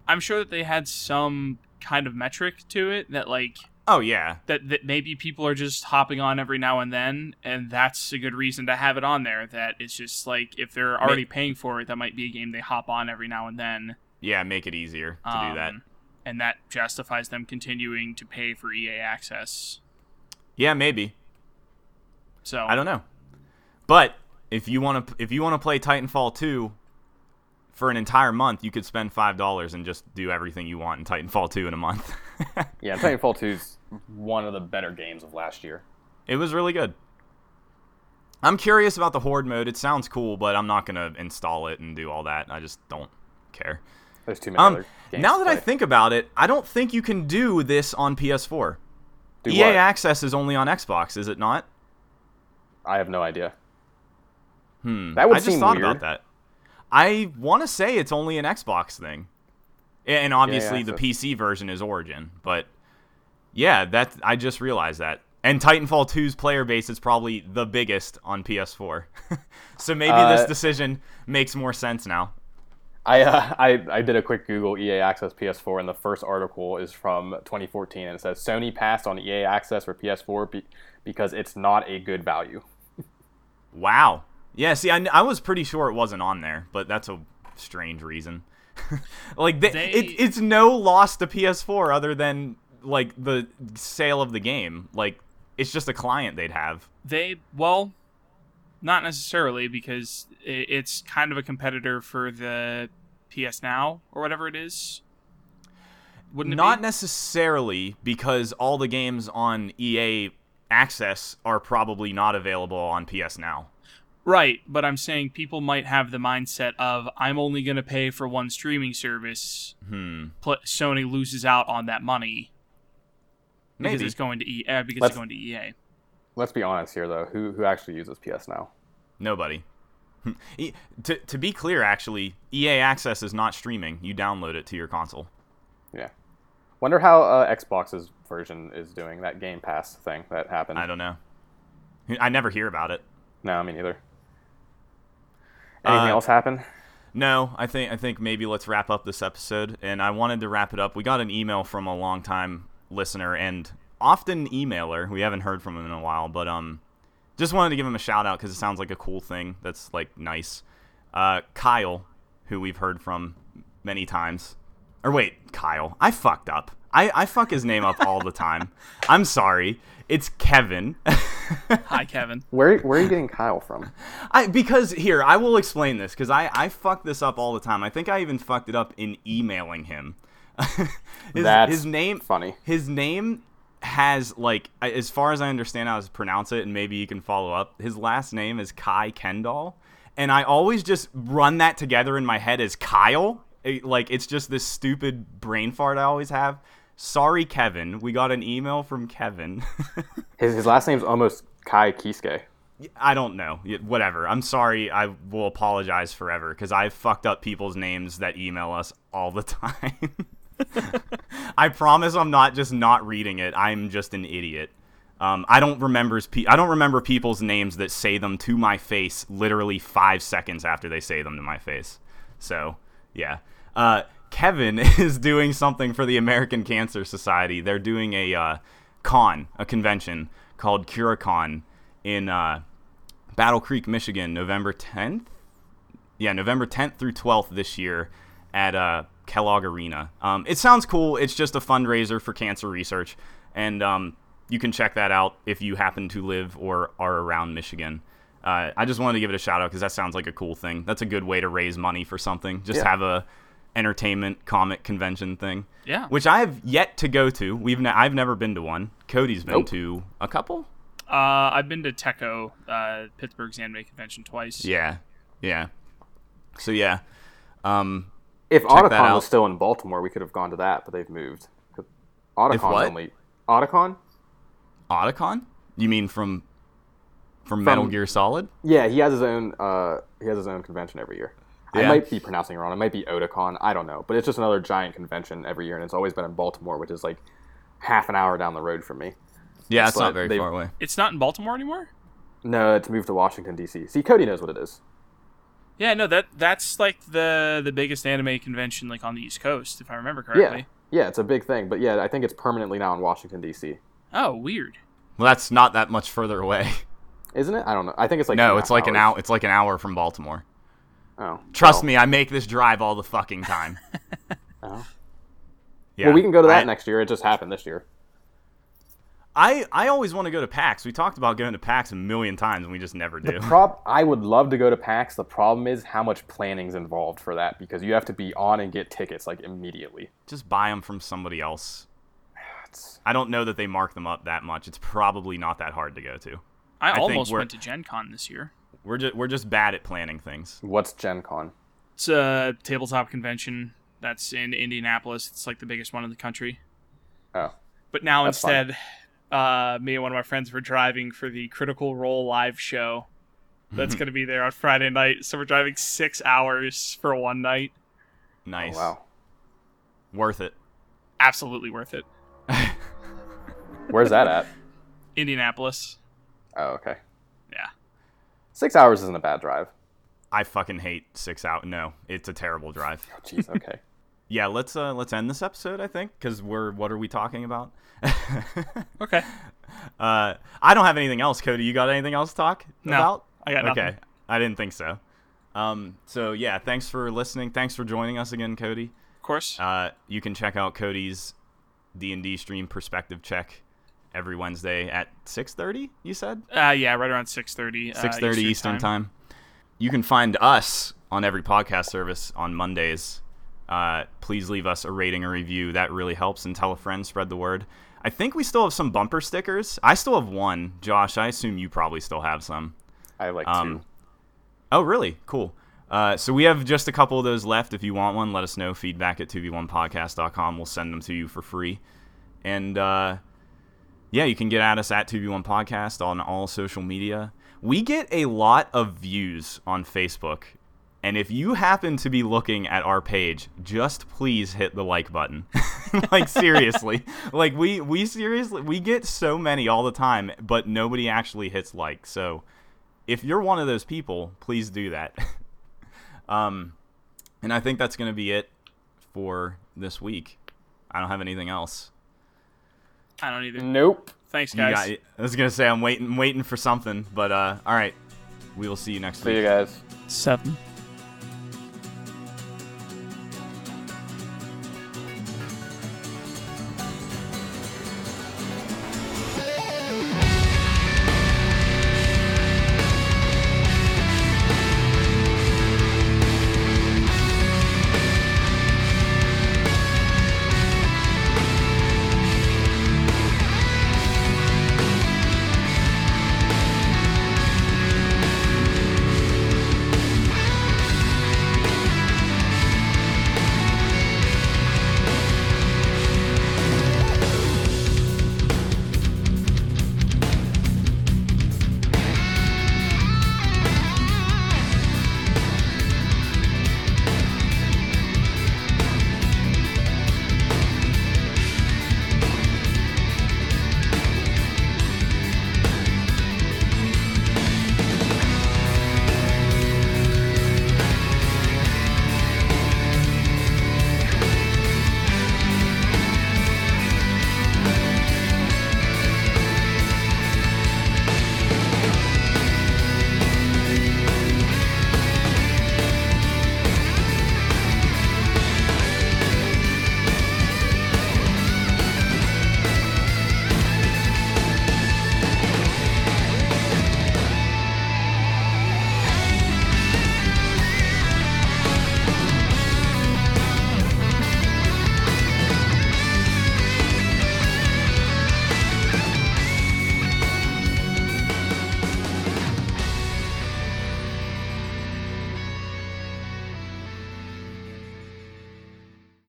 S3: I'm sure that they had some kind of metric to it that like
S2: Oh yeah.
S3: that that maybe people are just hopping on every now and then, and that's a good reason to have it on there. That it's just like if they're already paying for it, that might be a game they hop on every now and then.
S2: Yeah, make it easier to do that.
S3: um, and that justifies them continuing to pay for EA access.
S2: Yeah, maybe.
S3: So
S2: I don't know. But if you want to if you want to play Titanfall 2 for an entire month, you could spend $5 and just do everything you want in Titanfall 2 in a month.
S1: Yeah, Titanfall 2 is one of the better games of last year.
S2: it was really good. I'm curious about the horde mode. It sounds cool, but I'm not going to install it and do all that. I just don't care.
S1: There's too many
S2: Um
S1: other games.
S2: now
S1: to
S2: that I
S1: play.
S2: think about it, I don't think you can do this on PS4.
S1: Do
S2: EA
S1: what?
S2: E access is only on Xbox, is it not?
S1: I have no idea.
S2: Hmm.
S1: That would
S2: I just
S1: seem
S2: thought
S1: weird.
S2: about that. I want to say it's only an Xbox thing, A- and obviously the
S1: so-
S2: PC version is Origin. But yeah, that I just realized that. And Titanfall 2's player base is probably the biggest on PS4, so maybe this
S1: Uh,
S2: decision makes more sense now.
S1: I, uh, I I did a quick Google EA Access PS4, and the first article is from 2014, and it says Sony passed on EA Access for PS4 be- because it's not a good value.
S2: Wow. Yeah. See, I, kn- I was pretty sure it wasn't on there, but that's a strange reason. like they,
S3: They-
S2: it, it's no loss to PS4 other than like the sale of the game. Like it's just a client they'd have.
S3: They well, not necessarily because i it's kind of a competitor for the PS Now or whatever it is. Wouldn't it
S2: Not
S3: be?
S2: necessarily because all the games on EA Access are probably not available on PS Now.
S3: Right, but I'm saying people might have the mindset of I'm only going to pay for one streaming service.
S2: Hmm.
S3: Pl- Sony loses out on that money because
S2: Maybe.
S3: it's going to EA because
S1: Let's-
S3: it's going to E EA.
S1: Let's be honest here, though. Who who actually uses PS now?
S2: Nobody. E- to, to be clear, actually, EA Access is not streaming. You download it to your console.
S1: Yeah. Wonder how uh, Xbox's version is doing that Game Pass thing that happened.
S2: I don't know. I never hear about it.
S1: No, me neither. Anything
S2: Uh,
S1: else happen?
S2: No, I think I think maybe let's wrap up this episode. And I wanted to wrap it up. We got an email from a longtime listener and often emailer. We haven't heard from him in a while, but um, just wanted to give him a shout out because it sounds like a cool thing. That's like nice. Uh, Kyle, who we've heard from many times. Or wait, Kyle. I fucked up. I, I fuck his name up all the time. I'm sorry. It's Kevin.
S3: Hi, Kevin.
S1: Where where are you getting Kyle from?
S2: I because here I will explain this because I I fuck this up all the time. I think I even fucked it up in emailing him. his,
S1: That's
S2: his name
S1: funny.
S2: His name has like I- as far as I understand how to pronounce it, and maybe you can follow up. His last name is Kai Kendall, and I always just run that together in my head as Kyle. It- like it's just this stupid brain fart I always have. Sorry, Kevin. We got an email from Kevin.
S1: His his last name's almost Kai Kiske.
S2: I don't know. Y- Whatever. I'm sorry. I will apologize forever because I've fucked up people's names that email us all the time. I promise I'm not just not reading it. I'm just an idiot. Um, I don't remember. Pe- I don't remember people's names that say them to my face literally five seconds after they say them to my face. So yeah. Uh, Kevin is doing something for the American Cancer Society. They're doing a uh, con, a convention called CuraCon in uh, Battle Creek, Michigan, November 10th. Yeah, November 10th through 12th this year at uh, Kellogg Arena. Um, it sounds cool. It's just a fundraiser for cancer research, and um, you can check that out if you happen to live or are around Michigan. Uh, I just wanted to give it a shout out because that sounds like a cool thing. That's a good way to raise money for something. Just
S1: Yeah.
S2: have a entertainment comic convention thing.
S3: Yeah.
S2: Which I have yet to go to. We've ne- I've never been to one. Cody's been
S1: Nope.
S2: to a couple.
S3: Uh, I've been to Techo, uh, Pittsburgh's anime convention twice.
S2: Yeah, yeah. So yeah, um,
S1: If
S2: that
S1: Otacon
S2: out.
S1: was still in Baltimore, we could have gone to that, but they've moved. 'Cause Otacon's
S2: what?
S1: only Otacon.
S2: Otacon. You mean from from Metal Gear Solid?
S1: Yeah, he has his own. Uh, he has his own convention every year. I
S2: Yeah.
S1: might be pronouncing it wrong. It might be Otakon. I don't know, but it's just another giant convention every year, and it's always been in Baltimore, which is like half an hour down the road from me.
S2: Yeah, it's
S1: But
S2: not very
S1: they-
S2: far away.
S3: It's not in Baltimore anymore?
S1: No, it's moved to Washington D.C. See, Cody knows what it is.
S3: Yeah, no, that that's like the the biggest anime convention like on the East Coast, if I remember
S1: Yeah,
S3: correctly.
S1: yeah, it's a big thing, but yeah, I think it's permanently now in Washington D.C.
S3: Oh, weird.
S2: Well, that's not that much further away.
S1: Isn't it? I don't know. I think it's like two
S2: no,
S1: and a
S2: it's
S1: half
S2: like an
S1: hours.
S2: hour. It's like an hour from Baltimore.
S1: Oh,
S2: Trust
S1: well.
S2: me, I make this drive all the fucking time.
S1: Oh.
S2: Yeah.
S1: Well, we can go to that
S2: I-
S1: next year. It just happened this year.
S2: I, I always want to go to PAX. We talked about going to PAX a million times, and we just never do.
S1: Prob- I would love to go to PAX. The problem is how much planning's involved for that because you have to be on and get tickets like immediately.
S2: just buy them from somebody else.
S1: It's-
S2: I don't know that they mark them up that much. It's probably not that hard to go to.
S3: I,
S2: think
S3: almost
S2: we're-
S3: went to Gen Con this year.
S2: We're just we're just bad at planning things.
S1: What's Gen Con?
S3: It's a tabletop convention that's in Indianapolis. It's like the biggest one in the country.
S1: Oh,
S3: But now
S1: That's fun.
S3: instead, uh, me and one of my friends were driving for the Critical Role live show. That's going to be there on Friday night. So we're driving six hours for one night.
S2: Nice.
S1: oh wow.
S2: Worth it.
S3: Absolutely worth it.
S1: Where's that at?
S3: Indianapolis.
S1: Oh, okay.
S3: Yeah.
S1: Six hours isn't a bad drive.
S2: I fucking hate six out. No, it's a terrible drive.
S1: Oh, jeez. Okay.
S2: Yeah, let's uh let's end this episode. I think because we're what are we talking about?
S3: Okay.
S2: uh, I don't have anything else. Cody, you got anything else to talk
S3: No,
S2: about?
S3: I got nothing.
S2: Okay, I didn't think so. Um, so yeah, thanks for listening. Thanks for joining us again, Cody.
S3: Of course.
S2: Uh, you can check out Cody's D and D stream perspective check every Wednesday at six thirty. You said.
S3: Uh, yeah, right around uh, 6.30.
S2: six thirty Eastern time. You can find us on every podcast service on Mondays. Uh, please leave us a rating or review. That really helps. And tell a friend, spread the word. I think we still have some bumper stickers. I still have one. Josh, I assume you probably still have some.
S1: I have like
S2: Um,
S1: two.
S2: Oh, really? Cool. Uh, so we have just a couple of those left. If you want one, let us know. Feedback at 2v1podcast.com. We'll send them to you for free. And uh, yeah, you can get at us at 2v1podcast on all social media. We get a lot of views on Facebook. And if you happen to be looking at our page, just please hit the like button. like seriously. like we we seriously we get so many all the time, but nobody actually hits like. So if you're one of those people, please do that. um, and I think that's going to be it for this week. I don't have anything else.
S3: I don't either.
S1: Nope.
S3: Thanks,
S2: Mm, You
S3: guys.
S2: got- I was going to say I'm waiting, waiting for something, but uh, all right. We will see you next
S1: See
S2: week.
S1: you guys.
S3: Seven.